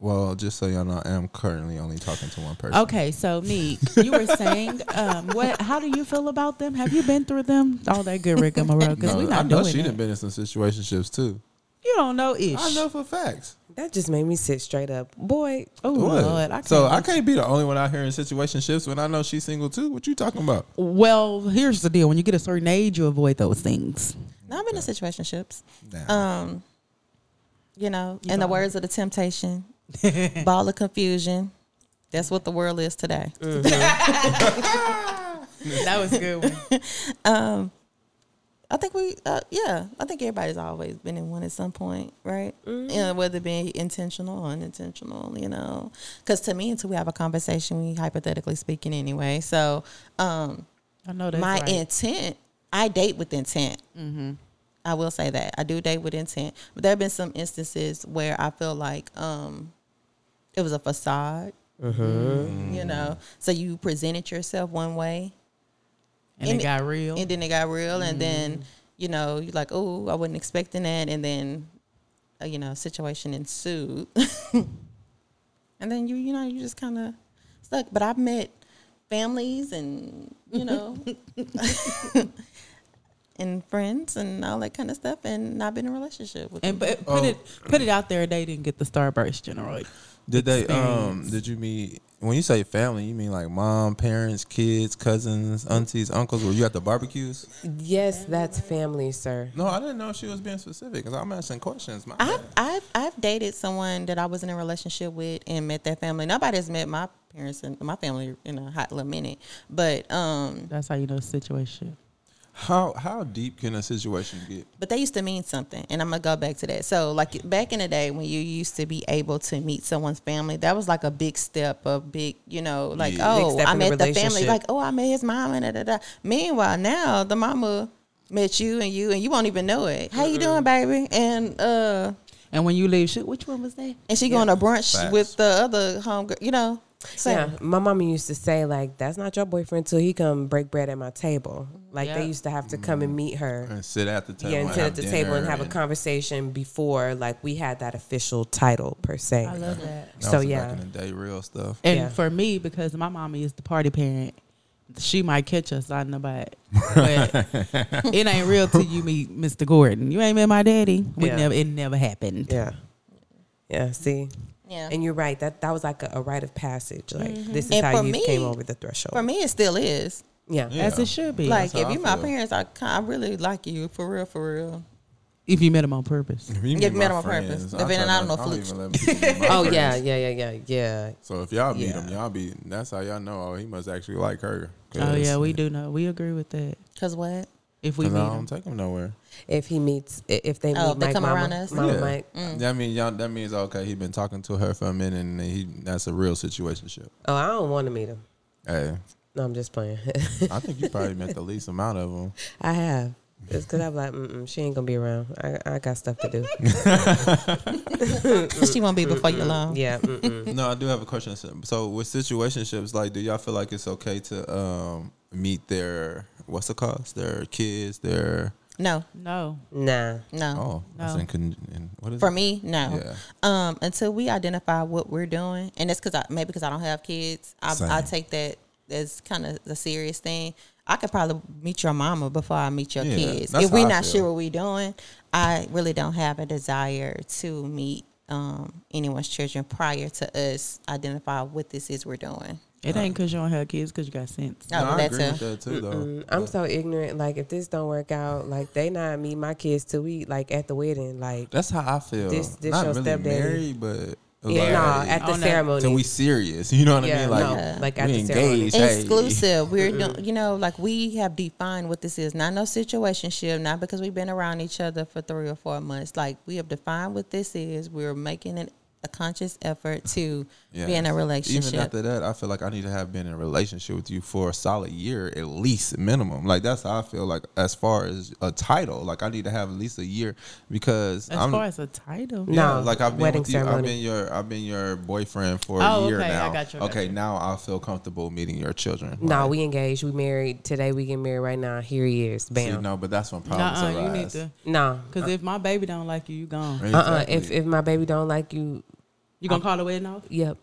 Speaker 2: well, just so y'all know, I am currently only talking to one person.
Speaker 5: Okay, so Neek, you were saying, um, what? How do you feel about them? Have you been through them? All that good rigmarole? Because
Speaker 2: No,
Speaker 5: we're
Speaker 2: I
Speaker 5: not
Speaker 2: know
Speaker 5: doing
Speaker 2: she
Speaker 5: that.
Speaker 2: done been in some situationships too.
Speaker 5: You don't know ish.
Speaker 2: I know for facts.
Speaker 4: that just made me sit straight up. Boy,
Speaker 5: Oh
Speaker 2: What?
Speaker 5: Lord, I can't
Speaker 2: so I can't be the only one out here in situationships when I know she's single too. What you talking about?
Speaker 5: Oh, Well, here's the deal: when you get a certain age, you avoid those things.
Speaker 3: Now I've been in situationships.
Speaker 2: Nah.
Speaker 3: Um, you know, in the
Speaker 5: don't.
Speaker 3: words of the
Speaker 5: [LAUGHS]
Speaker 3: temptation, ball of confusion. That's what the world is today.
Speaker 5: That was a good. One.
Speaker 3: Um, I think we, uh, yeah, I think everybody's always been in one at some point, right?
Speaker 5: Mm-hmm.
Speaker 3: You know, whether it be intentional or unintentional, you know. Because to me, until we have a conversation, we hypothetically speaking anyway. So, um,
Speaker 5: I know Oh, that's
Speaker 3: my
Speaker 5: right. Mm-hmm.
Speaker 3: intent, I date with intent. I will say that I do date with intent, but there have been some instances where I feel like um, it was a facade. You know, so you presented yourself one way,
Speaker 5: and
Speaker 3: and-
Speaker 5: it got real.
Speaker 3: and then it got real, and then you know you're like, oh, I wasn't expecting that, and then uh, you know situation ensued, [LAUGHS] and then you you know you just kind of stuck. But I've met families and you know and friends and all that kind of stuff, and not been in a relationship with
Speaker 5: and
Speaker 3: them.
Speaker 5: but put it put it out there. They didn't get the starburst generally.
Speaker 2: Did they? Um, did you meet? When you say family, you mean like mom, parents, kids, cousins, aunties, uncles? Were you at the barbecues?
Speaker 4: yes, that's family, sir.
Speaker 2: No, I didn't know she was being specific because I'm asking questions. My
Speaker 3: I've,
Speaker 2: bad.
Speaker 3: I've I've dated someone that I was in a relationship with and met their family. Nobody's met my parents and my family in a hot little minute, but um,
Speaker 5: That's how you know the situation.
Speaker 2: how how deep can a situation get?
Speaker 3: but they used to mean something and i'm gonna go back to that so like back in the day when you used to be able to meet someone's family that was like a big step a big you know like
Speaker 2: Yeah.
Speaker 4: Big
Speaker 3: oh
Speaker 4: step
Speaker 3: i
Speaker 4: in the
Speaker 3: met the family
Speaker 4: relationship.
Speaker 3: like oh i met his mom and da, da, da. meanwhile now the mama met you and you and you won't even know it how you doing baby and uh
Speaker 5: And when you leave, shit, which one was that?
Speaker 3: and she going to brunch
Speaker 2: Facts.
Speaker 3: with the other homegirl you know so
Speaker 4: Yeah, my mama used to say like, "That's not your boyfriend till he come break bread at my table." Like they
Speaker 5: Yeah.
Speaker 4: used to have to come
Speaker 2: Mm-hmm.
Speaker 4: and meet her,
Speaker 2: And sit at the table.
Speaker 4: yeah,
Speaker 2: and
Speaker 4: and sit
Speaker 2: have
Speaker 4: at the table and
Speaker 2: dinner
Speaker 4: have a conversation before like we had that official title per se.
Speaker 5: love that.
Speaker 2: That
Speaker 4: so
Speaker 2: was
Speaker 4: yeah,
Speaker 2: back in the day, real stuff.
Speaker 5: And
Speaker 4: Yeah.
Speaker 5: for me, because my mommy is the party parent, she might catch us on the
Speaker 2: [LAUGHS]
Speaker 5: butt. But it ain't real till you meet Mr. Gordon. You ain't met my daddy. We
Speaker 4: Yeah.
Speaker 5: never. It never happened.
Speaker 4: yeah, yeah. See,
Speaker 3: yeah Mm-hmm.
Speaker 4: and you're right. That that was like a, a rite of passage. Like this is
Speaker 3: And
Speaker 4: how
Speaker 3: for
Speaker 4: you
Speaker 3: me-
Speaker 4: came over the threshold.
Speaker 3: for me it still is
Speaker 4: yeah.
Speaker 2: Yeah.
Speaker 5: As it should be.
Speaker 3: like
Speaker 2: how
Speaker 3: if
Speaker 2: I
Speaker 3: you my
Speaker 2: feel.
Speaker 3: parents I, ki- I really like you for real for real
Speaker 5: if you met him on purpose.
Speaker 2: If you
Speaker 3: Yeah,
Speaker 2: meet
Speaker 3: met
Speaker 2: my
Speaker 3: on purpose.
Speaker 2: friends,
Speaker 3: If it
Speaker 2: try
Speaker 3: ain't, I don't
Speaker 2: not-
Speaker 3: know
Speaker 2: I
Speaker 3: if
Speaker 2: even let people meet my
Speaker 4: Oh
Speaker 2: friends.
Speaker 3: [LAUGHS]
Speaker 4: yeah, yeah, yeah, yeah, yeah.
Speaker 2: So if y'all meet
Speaker 4: Yeah.
Speaker 2: him, y'all be. That's how y'all know. Oh, he must actually like her.
Speaker 5: Oh yeah, we do know. We agree with that.
Speaker 3: because what
Speaker 5: If we
Speaker 2: Cause
Speaker 5: meet
Speaker 2: I
Speaker 5: him,
Speaker 2: don't take him nowhere.
Speaker 4: If he meets, i- if they meet
Speaker 3: Oh, if they
Speaker 4: Mike,
Speaker 3: come
Speaker 4: mama,
Speaker 3: around us?
Speaker 4: mama
Speaker 2: Yeah.
Speaker 4: Mike.
Speaker 2: That mean y'all. That means okay. He been talking to her for a minute, and he that's a real situationship.
Speaker 4: Oh, I don't want to meet him.
Speaker 2: Hey,
Speaker 4: No, I'm just playing. [LAUGHS]
Speaker 2: I think you probably met the least amount of them.
Speaker 4: I have. It's because I'm like, Mm-mm, she ain't gonna be around. I, I got stuff to
Speaker 2: [LAUGHS]
Speaker 4: do.
Speaker 3: [LAUGHS] she won't be before you long
Speaker 4: Uh, yeah. Mm-mm.
Speaker 2: No, I do have a question. So with situationships, like, do y'all feel like it's okay to um meet their what's the cost? Their kids, their
Speaker 3: No,
Speaker 5: no.
Speaker 4: Nah.
Speaker 3: no.
Speaker 2: oh, that's
Speaker 5: No.
Speaker 2: in con- in- what is
Speaker 3: For
Speaker 2: it?
Speaker 3: me, no.
Speaker 2: Yeah.
Speaker 3: Um, until we identify what we're doing, and that's because I maybe because I don't have kids, I,
Speaker 2: Same.
Speaker 3: I take that as kind of a serious thing. I could probably meet your mama before I meet your
Speaker 2: Yeah,
Speaker 3: kids.
Speaker 2: that's
Speaker 3: If we're
Speaker 2: how I
Speaker 3: not
Speaker 2: feel.
Speaker 3: sure what we're doing, I really don't have a desire to meet um, anyone's children prior to us identify what this is we're doing.
Speaker 5: It ain't because you don't have kids, because you got sense.
Speaker 3: No,
Speaker 2: No, I
Speaker 3: that's
Speaker 2: agree
Speaker 3: a,
Speaker 2: with that too, though.
Speaker 4: Mm, I'm so ignorant. Like, if this don't work out, like they not meet my kids till we like at the wedding. Like,
Speaker 2: That's how I feel.
Speaker 4: This- this
Speaker 2: Not
Speaker 4: your
Speaker 2: really
Speaker 4: stepdaddy.
Speaker 2: married, but It was
Speaker 4: Yeah,
Speaker 2: like,
Speaker 4: nah,
Speaker 2: hey,
Speaker 4: at the
Speaker 5: Oh, no.
Speaker 4: ceremony.
Speaker 2: so we serious. [LAUGHS] You know what I
Speaker 4: yeah,
Speaker 2: mean? Like,
Speaker 4: no, like at
Speaker 2: we
Speaker 4: the ceremony.
Speaker 2: engaged. hey.
Speaker 3: exclusive. We're doing, you know, like we have defined what this is. Not no situationship. Not because we've been around each other for three or four months. Like we have defined what this is. We're making an, a conscious effort to be in a relationship.
Speaker 2: Even after that, I feel like I need to have been in a relationship with you for a solid year at least minimum. Like that's how I feel like as far as a title. Like I need to have at least a year because
Speaker 5: As
Speaker 2: I'm
Speaker 5: far as a title,
Speaker 2: yeah,
Speaker 4: No,
Speaker 2: like I've been
Speaker 4: wedding
Speaker 2: with you. I've
Speaker 4: ceremony.
Speaker 2: been your I've been your boyfriend for a
Speaker 5: Oh,
Speaker 2: year
Speaker 5: okay, I
Speaker 2: now.
Speaker 5: got you, I got
Speaker 2: okay,
Speaker 5: you.
Speaker 2: now I feel comfortable meeting your children.
Speaker 4: No,
Speaker 2: Like,
Speaker 4: we engaged. We married today. We get married right now. Here he is.
Speaker 2: see,
Speaker 4: Bam.
Speaker 2: no, but that's when problems
Speaker 5: Nuh-uh,
Speaker 2: arise.
Speaker 5: you need to. Uh-uh,
Speaker 4: No.
Speaker 5: Because if my baby don't like you, you gone.
Speaker 4: Uh uh If if my baby don't like you,
Speaker 5: You gonna call the wedding off?
Speaker 4: yep.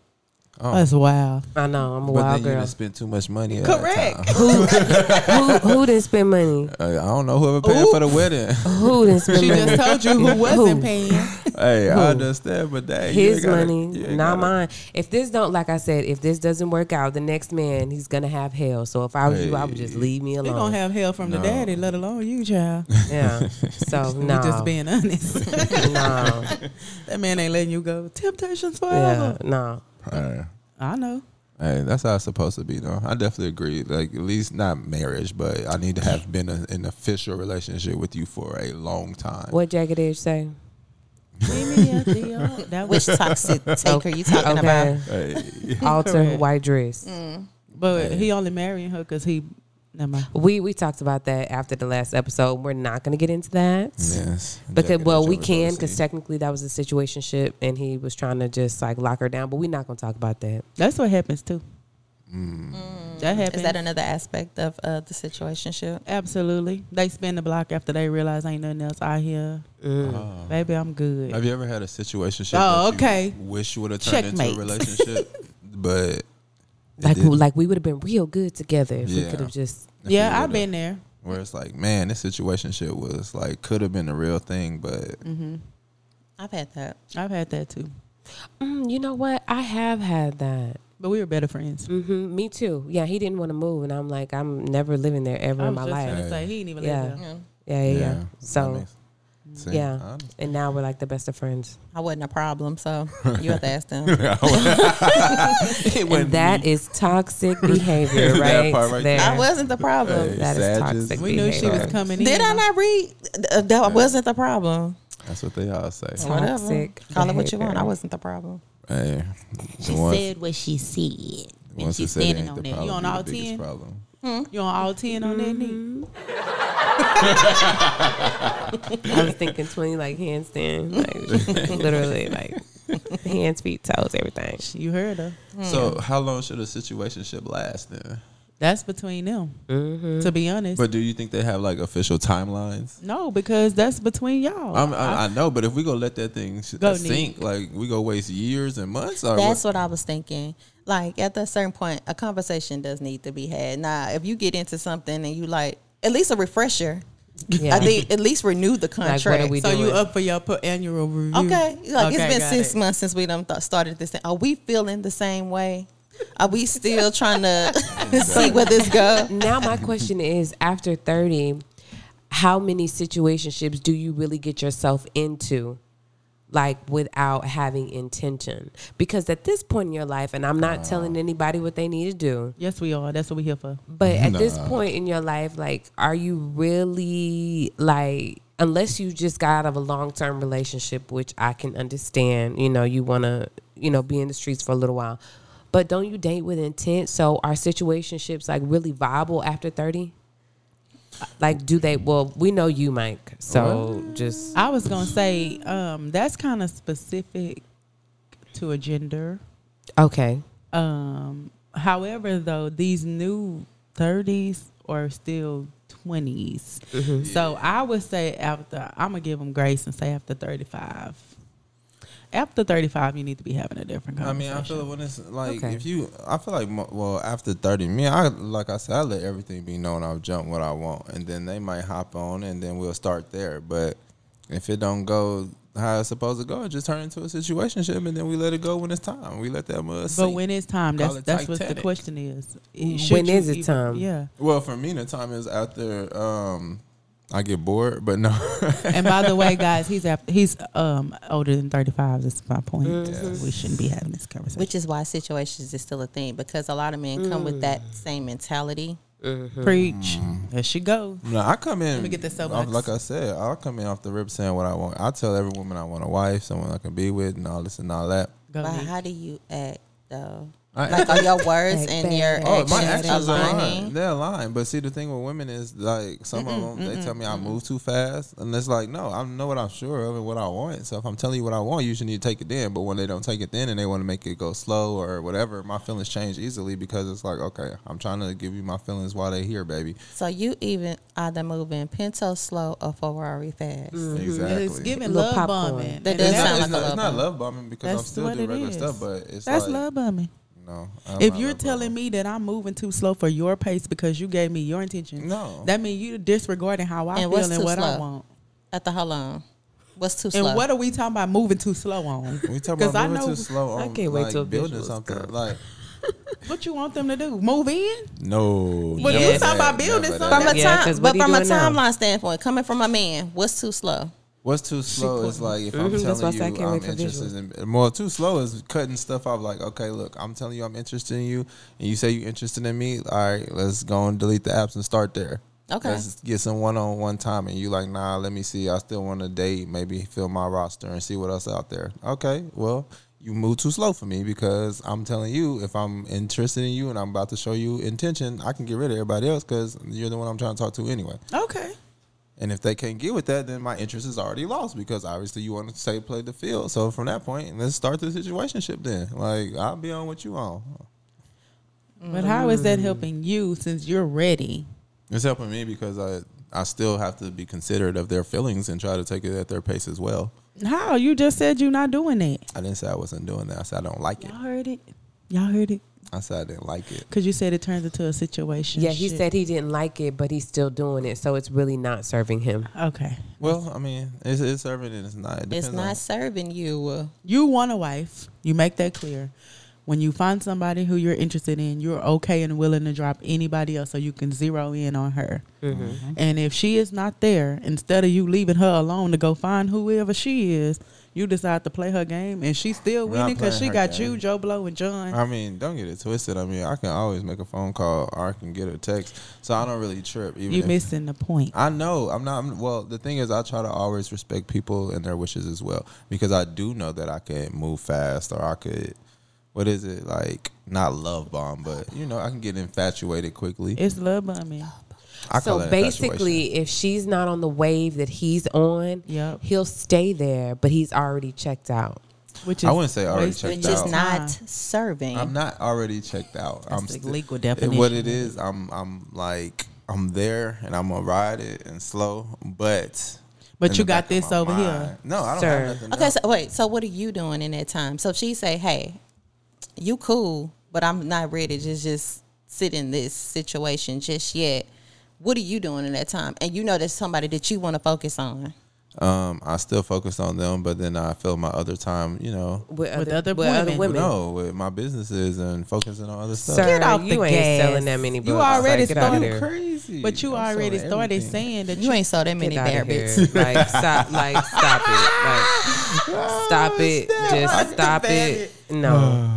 Speaker 2: oh,
Speaker 5: wild.
Speaker 4: I know. I'm a
Speaker 2: but
Speaker 4: wild
Speaker 2: then you
Speaker 4: girl.
Speaker 2: didn't spend too much money. at that
Speaker 5: Correct.
Speaker 2: time. [LAUGHS]
Speaker 4: who who didn't spend money?
Speaker 2: Uh, I don't know whoever paid for the wedding. [LAUGHS]
Speaker 4: Who didn't spend
Speaker 5: She
Speaker 4: money?
Speaker 5: just told you who wasn't paying.
Speaker 2: hey, I understand, but that
Speaker 4: his money, not mine. If this don't, like I said, if this doesn't work out, the next man he's gonna have hell. So if I was you, I would just
Speaker 2: Hey.
Speaker 4: leave me
Speaker 5: They
Speaker 4: alone.
Speaker 5: gonna have hell from the
Speaker 2: No.
Speaker 5: daddy, let alone you, child.
Speaker 4: yeah.
Speaker 2: [LAUGHS]
Speaker 4: So
Speaker 5: We
Speaker 4: no,
Speaker 5: just being honest. [LAUGHS]
Speaker 4: no,
Speaker 5: that man ain't letting you go. Temptations
Speaker 4: yeah,
Speaker 5: forever.
Speaker 4: no.
Speaker 2: Hey.
Speaker 5: I know.
Speaker 2: Hey, that's how it's supposed to be, though. I definitely agree. Like, at least not marriage, but I need to have been a, an official relationship with you for a long time.
Speaker 4: What Jagged Edge say?
Speaker 5: That
Speaker 3: [LAUGHS] Which
Speaker 4: [LAUGHS]
Speaker 5: was,
Speaker 3: toxic take are you talking about?
Speaker 5: [LAUGHS]
Speaker 2: Hey,
Speaker 4: Alter
Speaker 5: Correct. Mm.
Speaker 4: white dress.
Speaker 5: [LAUGHS] but he only marrying her because he. Never mind.
Speaker 4: We we talked about that after the last episode. We're not going to get into that
Speaker 2: yes.
Speaker 4: because
Speaker 2: Jagged
Speaker 4: well
Speaker 2: edge
Speaker 4: we
Speaker 2: of
Speaker 4: can
Speaker 2: jealousy.
Speaker 4: because technically that was a situationship and he was trying to just like lock her down. But we're not going to talk about that.
Speaker 5: That's what happens too. That happens.
Speaker 3: Is that another aspect of uh, the situationship?
Speaker 5: Absolutely. They spin the block after they realize ain't nothing else out here.
Speaker 2: Oh.
Speaker 5: Baby, I'm good.
Speaker 2: Have you ever had a situation?
Speaker 5: Oh, okay.
Speaker 2: wish would have turned
Speaker 5: Checkmate.
Speaker 2: into a relationship, but it
Speaker 4: Like
Speaker 2: didn't.
Speaker 4: like we would have been real good together if we
Speaker 2: Yeah.
Speaker 4: could have just
Speaker 2: If it
Speaker 5: yeah, I've
Speaker 2: would've-
Speaker 5: been there.
Speaker 2: Where it's like, man, this situation shit was like could have been a real thing, but
Speaker 3: I've had that.
Speaker 5: I've had that too.
Speaker 4: Mm, you know what? I have had that.
Speaker 5: But we were better friends.
Speaker 3: Mm-hmm.
Speaker 4: hmm Me too. Yeah, he didn't want to move, and I'm like, I'm never living there ever
Speaker 5: I
Speaker 4: in
Speaker 5: was
Speaker 4: my
Speaker 5: just
Speaker 4: life.
Speaker 5: gonna say he ain't even
Speaker 4: Yeah.
Speaker 5: let
Speaker 3: Yeah.
Speaker 4: Yeah, yeah, yeah.
Speaker 2: that
Speaker 4: So,
Speaker 2: makes- see,
Speaker 4: yeah.
Speaker 2: I-
Speaker 4: and now we're like the best of friends.
Speaker 3: I wasn't a problem,
Speaker 4: [LAUGHS]
Speaker 3: so you have to ask them.
Speaker 4: And that is
Speaker 2: [LAUGHS]
Speaker 4: toxic behavior,
Speaker 2: That
Speaker 4: right,
Speaker 2: part right
Speaker 4: there.
Speaker 2: there.
Speaker 3: I wasn't the problem.
Speaker 2: Hey,
Speaker 4: That is
Speaker 2: Sagittarius.
Speaker 4: toxic
Speaker 5: We knew she was
Speaker 4: Sorry.
Speaker 5: coming in.
Speaker 3: Did I not read? Uh, That wasn't the problem.
Speaker 2: That's what they all say.
Speaker 3: Whatever.
Speaker 4: Toxic
Speaker 3: Call it what you
Speaker 4: behavior.
Speaker 3: want. I wasn't the problem.
Speaker 2: Hey, she said
Speaker 3: what she said.
Speaker 2: once it said
Speaker 5: she's
Speaker 2: it
Speaker 5: standing
Speaker 2: ain't
Speaker 5: on
Speaker 2: the
Speaker 5: that. You
Speaker 2: problem,
Speaker 5: on
Speaker 2: be the
Speaker 5: all
Speaker 2: biggest
Speaker 5: 10?
Speaker 2: Problem.
Speaker 5: You on all 10 on that
Speaker 3: Mm-hmm.
Speaker 5: knee?
Speaker 4: I was thinking 20, like handstand, like literally, like
Speaker 2: [LAUGHS]
Speaker 4: hands, feet, toes, everything.
Speaker 5: You heard her.
Speaker 2: So how long should a situationship last then?
Speaker 5: That's between them, to be honest.
Speaker 2: Mm-hmm. But do you think they have like official timelines?
Speaker 5: no, because that's between y'all.
Speaker 2: I'm, I, I know, but if we go let that thing s-
Speaker 5: Go,
Speaker 2: sink, like we go waste years and months. Or
Speaker 3: That's
Speaker 2: what?
Speaker 3: what I was thinking. Like at a certain point, a conversation does need to be had. Now, if you get into something and you like, at least a refresher.
Speaker 4: Yeah.
Speaker 3: I think at least renew the
Speaker 4: are
Speaker 3: contract.
Speaker 4: we
Speaker 5: so you
Speaker 4: doing-
Speaker 5: up for your per- annual review?
Speaker 3: Okay, like
Speaker 5: Okay,
Speaker 3: it's been
Speaker 5: got
Speaker 3: six
Speaker 5: it.
Speaker 3: months since we done th- started this thing. Are we feeling the same way? Are we still trying to [LAUGHS] see where this goes?
Speaker 4: now my question is after 30 how many situationships do you really get yourself into like without having intention because at this point in your life and i'm not telling anybody what they need to do
Speaker 5: Yes, we are. That's what we here for.
Speaker 4: but at this
Speaker 2: Nah.
Speaker 4: point in your life like are you really like unless you just got out of a long-term relationship which i can understand you know you want to you know be in the streets for a little while but don't you date with intent so are situationships like really viable after 30 like do they well we know you mike so just
Speaker 5: I was gonna say um, that's kind of specific to a gender.
Speaker 4: okay
Speaker 5: Um, however, though these new thirties are still 20s
Speaker 2: Mm-hmm.
Speaker 5: so I would say after I'm gonna give them grace and say after thirty five. After thirty five, you need to be having a different
Speaker 2: I
Speaker 5: conversation.
Speaker 2: mean, I feel when it's like
Speaker 4: Okay.
Speaker 2: if you, I feel like mo- well after thirty, me, I like I said, I let everything be known. I'll jump what I want, and then they might hop on, and then we'll start there. But if it don't go how it's supposed to go, it just turn into a situationship, and then we let it go when it's time. We let that mud.
Speaker 5: but
Speaker 2: sink.
Speaker 5: when it's time, that's
Speaker 2: Call it
Speaker 5: that's what the
Speaker 2: Titanic.
Speaker 5: question is.
Speaker 4: When
Speaker 5: Should you
Speaker 4: is it
Speaker 2: [LAUGHS]
Speaker 5: even-
Speaker 4: time?
Speaker 5: Yeah,
Speaker 2: Well, for me, the time is after um, I get bored, but no. [LAUGHS]
Speaker 5: And by the way, guys, he's ap- he's um older than thirty five. That's my point.
Speaker 2: Mm-hmm.
Speaker 5: We shouldn't be having this conversation.
Speaker 3: Which is why situations is still a thing because a lot of men come with that same mentality.
Speaker 5: Preach.
Speaker 2: Mm-hmm.
Speaker 5: There she go.
Speaker 2: No, I come in. Let
Speaker 5: me get this soapbox.
Speaker 2: Like I said, I'll come in off the rip saying what I want. I tell every woman I want a wife, someone I can be with, and all this and all that.
Speaker 5: Go
Speaker 3: But
Speaker 5: Nick.
Speaker 3: how do you act though?
Speaker 2: I-
Speaker 3: like are your words
Speaker 4: Act
Speaker 3: and
Speaker 4: bad.
Speaker 3: your
Speaker 2: Oh,
Speaker 3: actions,
Speaker 2: my actions are lying.
Speaker 3: aligning?
Speaker 2: They're lying. But see, the thing with women is like some of them they tell me I move too fast, and it's like no, I know what I'm sure of and what I want. So if I'm telling you what I want, you should need to take it then. But when they don't take it then and they want to make it go slow or whatever, my feelings change easily because it's like okay, I'm trying to give you my feelings while they here, baby.
Speaker 3: So you even either moving Pinto slow or Ferrari fast.
Speaker 4: Mm.
Speaker 2: Exactly.
Speaker 5: It's giving
Speaker 4: Little
Speaker 5: love
Speaker 4: popcorn.
Speaker 5: bombing.
Speaker 3: That does
Speaker 5: And
Speaker 2: Mm-hmm. It's
Speaker 3: sound
Speaker 2: not,
Speaker 5: that's-
Speaker 3: like
Speaker 2: it's,
Speaker 3: a
Speaker 2: not, it's
Speaker 3: love
Speaker 2: not love bombing because I'm
Speaker 5: That's
Speaker 2: still
Speaker 5: what
Speaker 2: doing
Speaker 5: it
Speaker 2: regular
Speaker 5: is.
Speaker 2: stuff, but it's
Speaker 5: That's
Speaker 2: like,
Speaker 5: love bombing.
Speaker 2: No,
Speaker 5: If you're telling me that I'm moving too slow for your pace because you gave me your intention,
Speaker 2: No.
Speaker 5: that means you disregarding how
Speaker 3: And
Speaker 5: I feel
Speaker 3: what's
Speaker 5: and
Speaker 3: too
Speaker 5: what I
Speaker 3: slow?
Speaker 5: want.
Speaker 3: At the how long? What's too
Speaker 5: And
Speaker 3: slow?
Speaker 5: what are we talking about moving too slow on?
Speaker 2: [LAUGHS] we talk
Speaker 5: 'Cause I
Speaker 2: about moving
Speaker 5: know-
Speaker 2: too slow on
Speaker 4: I can't wait
Speaker 2: like,
Speaker 4: till
Speaker 2: building
Speaker 4: visuals
Speaker 2: something
Speaker 4: come.
Speaker 2: like
Speaker 5: What you want them to do? Move in?
Speaker 2: no.
Speaker 5: Well,
Speaker 4: you
Speaker 2: never
Speaker 5: talking
Speaker 2: that,
Speaker 5: about building
Speaker 2: never that.
Speaker 5: something.
Speaker 3: from a
Speaker 4: Yeah,
Speaker 3: time,
Speaker 4: 'cause what
Speaker 3: but
Speaker 4: he
Speaker 3: from a
Speaker 4: doing now?
Speaker 3: timeline standpoint, coming from a man, what's too slow?
Speaker 2: What's too slow is like if I'm
Speaker 4: Mhm, that's why I
Speaker 2: telling
Speaker 4: said I
Speaker 2: you
Speaker 4: can't
Speaker 2: I'm
Speaker 4: wait for
Speaker 2: interested in more too slow is cutting stuff off like okay look I'm telling you I'm interested in you and you say you interested in me all right let's go and delete the apps and start there
Speaker 3: Okay.
Speaker 2: let's get some one on one time and you like nah let me see I still want to date maybe fill my roster and see what else out there okay well you move too slow for me because I'm telling you if I'm interested in you and I'm about to show you intention I can get rid of everybody else because you're the one I'm trying to talk to anyway
Speaker 5: Okay.
Speaker 2: and if they can't get with that, then my interest is already lost because obviously you want to say play the field. So from that point, let's start the situationship then. Like I'll be on what you on.
Speaker 5: But how is
Speaker 2: Mm.
Speaker 5: that helping you since you're ready?
Speaker 2: It's helping me because I I still have to be considerate of their feelings and try to take it at their pace as well.
Speaker 5: How? You just said you're not doing that.
Speaker 2: I didn't say I wasn't doing that. I said I don't like it.
Speaker 5: Y'all heard it. Y'all heard it.
Speaker 2: I said I didn't like it.
Speaker 5: Because you said it turns into a situation.
Speaker 4: Yeah, he said he didn't like it, but he's still doing it, so it's really not serving him.
Speaker 5: Okay.
Speaker 2: Well, I mean, it's, it's serving and it's not. It
Speaker 3: It's
Speaker 2: depends
Speaker 3: not
Speaker 2: on-
Speaker 3: serving you.
Speaker 5: You want a wife. You make that clear. When you find somebody who you're interested in, you're okay and willing to drop anybody else so you can zero in on her. And if she is not there, instead of you leaving her alone to go find whoever she is, you decide to play her game and she's still
Speaker 2: We're not
Speaker 5: winning because
Speaker 2: playing
Speaker 5: she
Speaker 2: her
Speaker 5: got
Speaker 2: game.
Speaker 5: you, Joe Blow, and John.
Speaker 2: I mean, don't get it twisted. I mean, I can always make a phone call or I can get a text. So I don't really trip. Even
Speaker 5: you
Speaker 2: if-
Speaker 5: missing the point.
Speaker 2: I know. I'm not. I'm, well, the thing is, I try to always respect people and their wishes as well because I do know that I can move fast or I could, what is it like? Not love bomb, but you know, I can get infatuated quickly.
Speaker 5: It's love bombing.
Speaker 2: I call
Speaker 4: So
Speaker 2: that infatuation.
Speaker 4: basically, if she's not on the wave that he's on,
Speaker 5: Yep.
Speaker 4: he'll stay there, but he's already checked out.
Speaker 5: Which is
Speaker 2: I wouldn't say already
Speaker 5: wasting
Speaker 2: checked
Speaker 3: Which
Speaker 2: out.
Speaker 3: is
Speaker 2: Nah.
Speaker 3: not
Speaker 5: time.
Speaker 3: serving.
Speaker 2: I'm not already checked out. I'm
Speaker 5: the
Speaker 2: still-
Speaker 5: legal
Speaker 2: it- What
Speaker 5: definition.
Speaker 2: it is, I'm I'm like I'm there and I'm gonna ride it and slow, but
Speaker 5: But
Speaker 2: in
Speaker 5: you
Speaker 2: the
Speaker 5: got
Speaker 2: back of
Speaker 5: this
Speaker 2: my
Speaker 5: over here.
Speaker 2: mind- No, I don't
Speaker 4: Sir.
Speaker 2: have nothing.
Speaker 3: Okay,
Speaker 2: else.
Speaker 3: so wait. So what are you doing in that time? So if she say, "Hey, you cool, but I'm not ready to just sit in this situation just yet." What are you doing in that time? And you know there's somebody that you want to focus on.
Speaker 2: Um, I still focused on them, but then I feel my other time, you know,
Speaker 4: With,
Speaker 5: other
Speaker 4: with other
Speaker 5: women.
Speaker 4: women.
Speaker 2: No, with my businesses and focusing on other stuff.
Speaker 4: Sir,
Speaker 5: Get off
Speaker 4: you
Speaker 5: the
Speaker 4: ain't
Speaker 5: gas.
Speaker 4: selling that many
Speaker 5: You
Speaker 4: books.
Speaker 5: already
Speaker 4: like, get out of
Speaker 5: started
Speaker 4: there.
Speaker 2: crazy.
Speaker 5: But you
Speaker 2: I'm
Speaker 5: already
Speaker 2: selling
Speaker 5: started
Speaker 2: everything.
Speaker 5: saying that you
Speaker 3: You ain't saw that many
Speaker 4: Get
Speaker 3: bad
Speaker 4: outta here.
Speaker 3: bitches.
Speaker 4: Like stop, like stop it, like stop it, just stop it. No,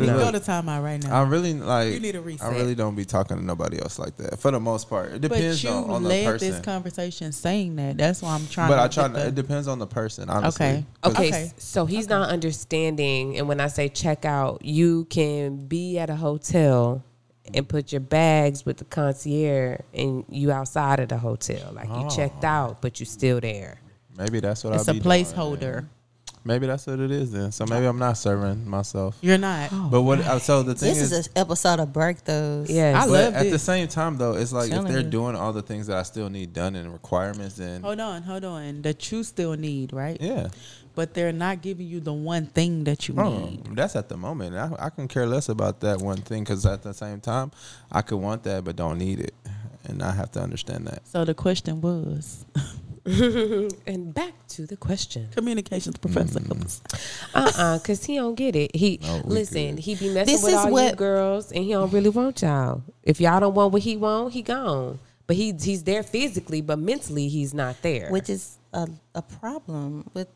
Speaker 5: You
Speaker 4: No.
Speaker 5: go to timeout right now.
Speaker 2: I really like.
Speaker 5: You need a reset.
Speaker 2: I really don't be talking to nobody else like that. For the most part, it
Speaker 5: but
Speaker 2: depends
Speaker 5: you
Speaker 2: on, on the
Speaker 5: led this
Speaker 2: person.
Speaker 5: conversation saying that. That's why I'm trying.
Speaker 2: But
Speaker 5: to
Speaker 2: I try.
Speaker 5: get
Speaker 2: to-
Speaker 5: the-
Speaker 2: It depends on the person. Honestly.
Speaker 5: Okay.
Speaker 2: 'Cause
Speaker 4: Okay,
Speaker 5: Okay.
Speaker 4: so he's not understanding. And when I say check out, you can be at a hotel and put your bags with the concierge, and you outside of the hotel. Like you checked
Speaker 2: Oh.
Speaker 4: out, but you still there.
Speaker 2: Maybe that's what
Speaker 5: it's
Speaker 2: I.
Speaker 5: a placeholder.
Speaker 2: Maybe that's what it is then. So maybe I'm not serving myself.
Speaker 5: You're not.
Speaker 2: But what? uh, So the thing
Speaker 3: This is an episode of breakthroughs.
Speaker 4: Yes.
Speaker 5: I
Speaker 2: But
Speaker 5: love
Speaker 2: at the
Speaker 5: this.
Speaker 2: same time, though, it's like if
Speaker 3: Telling
Speaker 2: they're
Speaker 3: you.
Speaker 2: doing all the things that I still need done and requirements, then
Speaker 5: Hold on, hold on. That you still need, right?
Speaker 2: yeah.
Speaker 5: But they're not giving you the one thing that you
Speaker 2: Oh,
Speaker 5: need.
Speaker 2: that's at the moment. I, I can care less about that one thing because at the same time, I could want that but don't need it, and I have to understand that.
Speaker 5: So the question was [LAUGHS]
Speaker 4: And back to the question.
Speaker 5: communications professor.
Speaker 2: Hmm.
Speaker 4: Uh uh because he don't get it. He
Speaker 2: No, we
Speaker 4: listen.
Speaker 2: good.
Speaker 4: He be messing
Speaker 3: This
Speaker 4: with
Speaker 3: is
Speaker 4: all you
Speaker 3: what-
Speaker 4: girls, and he don't really want y'all. If y'all don't want what he want, he gone. but he he's there physically, but mentally he's not there.
Speaker 3: which is a, a problem with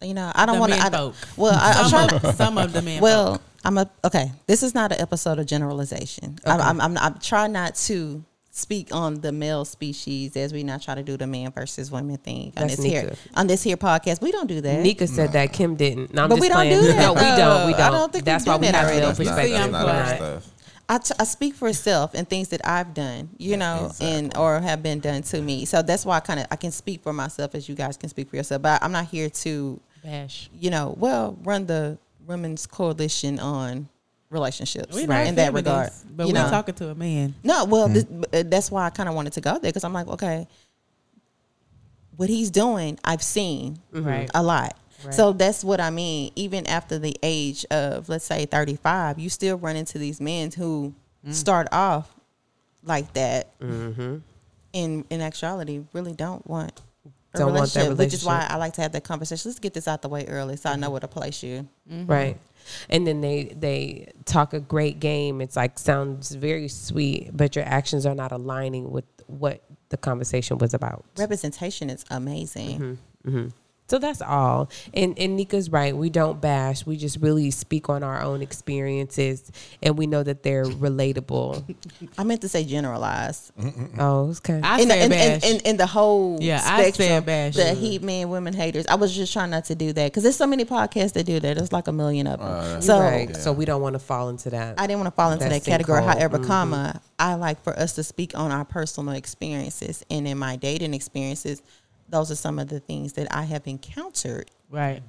Speaker 3: you know I don't
Speaker 5: The
Speaker 3: want
Speaker 5: men
Speaker 3: to.
Speaker 5: folk.
Speaker 3: Well, I, I'm
Speaker 5: [LAUGHS] Some
Speaker 3: trying.
Speaker 5: of, some of the men. folk.
Speaker 3: Well, I'm a okay. This is not an episode of generalization. I'm, I'm, I'm, I'm trying not to speak on the male species as we not try to do the man versus women thing on
Speaker 4: That's
Speaker 3: this here
Speaker 4: Nika.
Speaker 3: on this here podcast. We don't do that.
Speaker 4: Nika said that Kim didn't. No, I'm
Speaker 3: But
Speaker 4: just
Speaker 3: we don't
Speaker 4: playing.
Speaker 3: do that,
Speaker 4: No, we don't. We
Speaker 3: though.
Speaker 4: don't.
Speaker 3: I don't think we
Speaker 4: That's
Speaker 3: do
Speaker 4: why we
Speaker 3: that
Speaker 4: have
Speaker 3: already.
Speaker 4: male
Speaker 2: That's not,
Speaker 4: perspective.
Speaker 2: that's
Speaker 5: I'm
Speaker 2: not our
Speaker 5: glad.
Speaker 2: stuff.
Speaker 3: I, t- I speak for self and things that I've done, you know, and or have been done to me. So that's why I kind of I can speak for myself as you guys can speak for yourself. But I'm not here to,
Speaker 5: bash.
Speaker 3: you know, well, run the women's coalition on relationships
Speaker 5: We
Speaker 3: in that regard.
Speaker 5: but
Speaker 3: you
Speaker 5: we're
Speaker 3: know.
Speaker 5: talking to a man.
Speaker 3: No, well,
Speaker 4: Hmm.
Speaker 3: this, but, uh, that's why I kind of wanted to go there because I'm like, okay, what he's doing, I've seen
Speaker 4: Mm-hmm.
Speaker 5: Right.
Speaker 3: a lot. So that's what I mean. Even after the age of, let's say, 35, you still run into these men who
Speaker 4: Mm.
Speaker 3: start off like that.
Speaker 4: Mm-hmm.
Speaker 3: In in actuality, really don't want a
Speaker 4: Don't want
Speaker 3: relationship,
Speaker 4: that
Speaker 3: which is why I like to have that conversation. Let's get this out the way early, so I
Speaker 4: Mm-hmm.
Speaker 3: know where to place you.
Speaker 4: right and then they they talk a great game it's like sounds very sweet but your actions are not aligning with what the conversation was about
Speaker 3: Representation is amazing.
Speaker 4: Mm-hmm. so that's all and and nika's right we don't bash we just really speak on our own experiences and we know that they're relatable
Speaker 3: [LAUGHS] I meant to say generalized.
Speaker 4: oh okay
Speaker 5: I
Speaker 3: in the,
Speaker 5: said
Speaker 3: in, in,
Speaker 5: bash.
Speaker 3: in, in the whole
Speaker 5: Yeah, I said
Speaker 3: spectrum,
Speaker 5: bash.
Speaker 3: the heat men, women haters. I was just trying not to do that because there's so many podcasts that do that. There's like a million of them. so
Speaker 4: right so we don't want to fall into that
Speaker 3: I didn't want to fall into
Speaker 4: That
Speaker 3: that category.
Speaker 4: sinkhole.
Speaker 5: Mm-hmm.
Speaker 3: However, comma, I like for us to speak on our personal experiences and in my dating experiences. Those are some of the things that I have encountered
Speaker 5: right.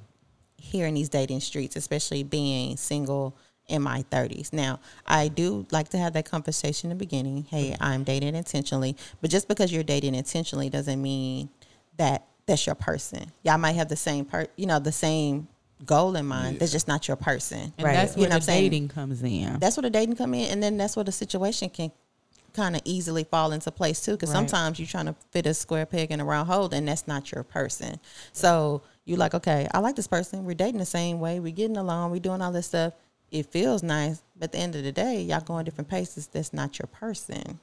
Speaker 3: here in these dating streets, especially being single in my 30s. Now, I do like to have that conversation in the beginning. Hey, I'm dating intentionally, but just because you're dating intentionally doesn't mean that that's your person. Y'all might have the same per, you know, the same goal in mind. That's just not your person.
Speaker 5: And
Speaker 4: Right.
Speaker 5: that's
Speaker 3: You
Speaker 5: where
Speaker 3: know what I'm
Speaker 5: the
Speaker 3: saying?
Speaker 5: dating comes in.
Speaker 3: That's where the dating come in, and then that's where the situation can kind of easily fall into place too. Because
Speaker 5: Right.
Speaker 3: sometimes you're trying to fit a square peg in a round hole, and that's not your person. So you're like, okay, I like this person. We're dating the same way. We're getting along. We're doing all this stuff. It feels nice, but at the end of the day, y'all going different paces. That's not your person.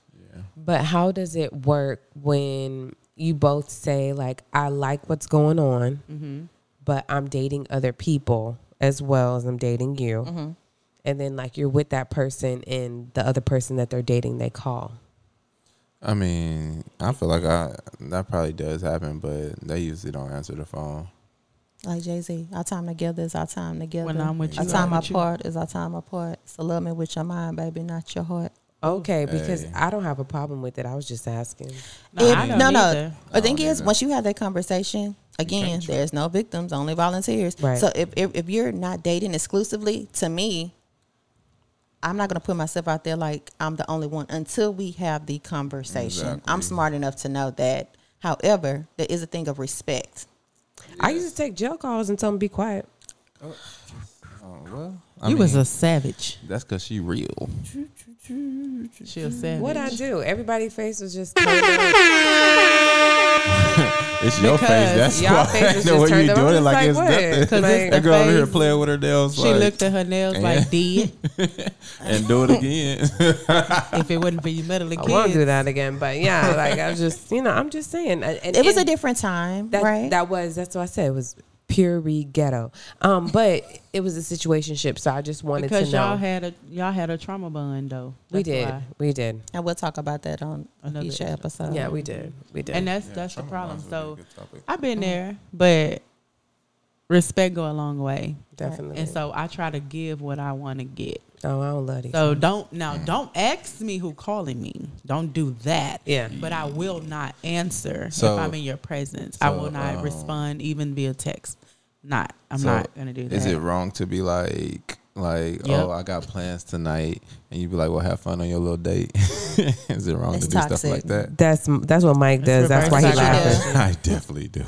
Speaker 4: But how does it work when you both say like I like what's going on,
Speaker 3: Mm-hmm.
Speaker 4: but I'm dating other people as well as I'm dating you,
Speaker 3: Mm-hmm.
Speaker 4: and then like you're with that person and the other person that they're dating they call.
Speaker 2: I mean, I feel like I that probably does happen, but they usually don't answer the phone.
Speaker 3: Like Jay Z, our time together is our time together.
Speaker 5: When I'm with
Speaker 3: our
Speaker 5: you,
Speaker 3: time
Speaker 5: I'm with you.
Speaker 3: apart is our time apart. So love me with your mind, baby, not your heart.
Speaker 4: Okay, because
Speaker 2: Hey.
Speaker 4: I don't have a problem with it. I was just asking.
Speaker 5: No,
Speaker 3: If-
Speaker 5: I don't
Speaker 3: no, no.
Speaker 5: either.
Speaker 3: The thing
Speaker 2: don't
Speaker 3: is,
Speaker 2: either.
Speaker 3: once you have that conversation, again, there's no victims, only volunteers.
Speaker 4: Right.
Speaker 3: So if, if if you're not dating exclusively, to me, I'm not gonna put myself out there like I'm the only one until we have the conversation. I'm
Speaker 2: Exactly.
Speaker 3: smart enough to know that. However, there is a thing of respect.
Speaker 4: I used to take jail calls and tell them be quiet.
Speaker 2: Oh, well,
Speaker 5: You
Speaker 2: I mean,
Speaker 5: was a savage.
Speaker 2: that's because she real.
Speaker 5: She a savage.
Speaker 4: What I do? Everybody's face was just turned around.
Speaker 2: It's your face. That's
Speaker 4: y'all
Speaker 2: why [LAUGHS]
Speaker 4: faces
Speaker 2: the
Speaker 4: just
Speaker 2: way
Speaker 4: turned
Speaker 2: you
Speaker 4: around.
Speaker 2: doing it
Speaker 4: It's
Speaker 2: like
Speaker 4: like,
Speaker 2: it's
Speaker 4: what? [LAUGHS]
Speaker 2: nothing.
Speaker 5: 'Cause it's
Speaker 2: That
Speaker 5: the
Speaker 2: girl over here
Speaker 5: face.
Speaker 2: playing with her nails
Speaker 5: She
Speaker 2: like,
Speaker 5: looked at her nails
Speaker 2: Yeah.
Speaker 5: like did
Speaker 2: [LAUGHS] and do it again.
Speaker 5: if it wasn't for you meddling
Speaker 4: I
Speaker 5: kids.
Speaker 4: won't do that again. But yeah, like I was just you know I'm just saying. And,
Speaker 3: It was a
Speaker 4: and-
Speaker 3: different time,
Speaker 4: That
Speaker 3: right?
Speaker 4: that was that's what I said. It was pure ghetto. Um, but it was a situationship, so I just wanted
Speaker 5: because
Speaker 4: to know.
Speaker 5: y'all had a y'all had a trauma bond though.
Speaker 4: we
Speaker 5: That's
Speaker 4: did,
Speaker 5: why.
Speaker 4: we did,
Speaker 3: and we'll talk about that on a
Speaker 5: Another
Speaker 3: future
Speaker 5: issue.
Speaker 3: episode.
Speaker 4: yeah, Mm-hmm. we did, we did.
Speaker 5: and
Speaker 4: And
Speaker 5: that's that's the problem. So
Speaker 2: topic.
Speaker 5: I've been there, but respect go a long way,
Speaker 4: definitely.
Speaker 5: and so I try to give what I want to get.
Speaker 4: oh, I don't love these.
Speaker 5: So don't now don't ask me who calling me. Don't do that.
Speaker 4: Yeah.
Speaker 5: But I will not answer
Speaker 2: So-
Speaker 5: if I'm in your presence. I will
Speaker 2: so,
Speaker 5: not
Speaker 2: um,
Speaker 5: respond even via text. Not. I'm
Speaker 2: So,
Speaker 5: not gonna do that.
Speaker 2: Is it wrong to be like, like,
Speaker 5: Yep.
Speaker 2: oh, I got plans tonight, and you be like, well, have fun on your little date? [LAUGHS] Is it wrong
Speaker 3: It's
Speaker 2: to do
Speaker 3: toxic.
Speaker 2: stuff like that?
Speaker 4: that's that's what Mike does.
Speaker 5: It's
Speaker 4: That's why he
Speaker 5: reverse
Speaker 4: laughs.
Speaker 2: [LAUGHS]
Speaker 5: psychology.
Speaker 2: I definitely do.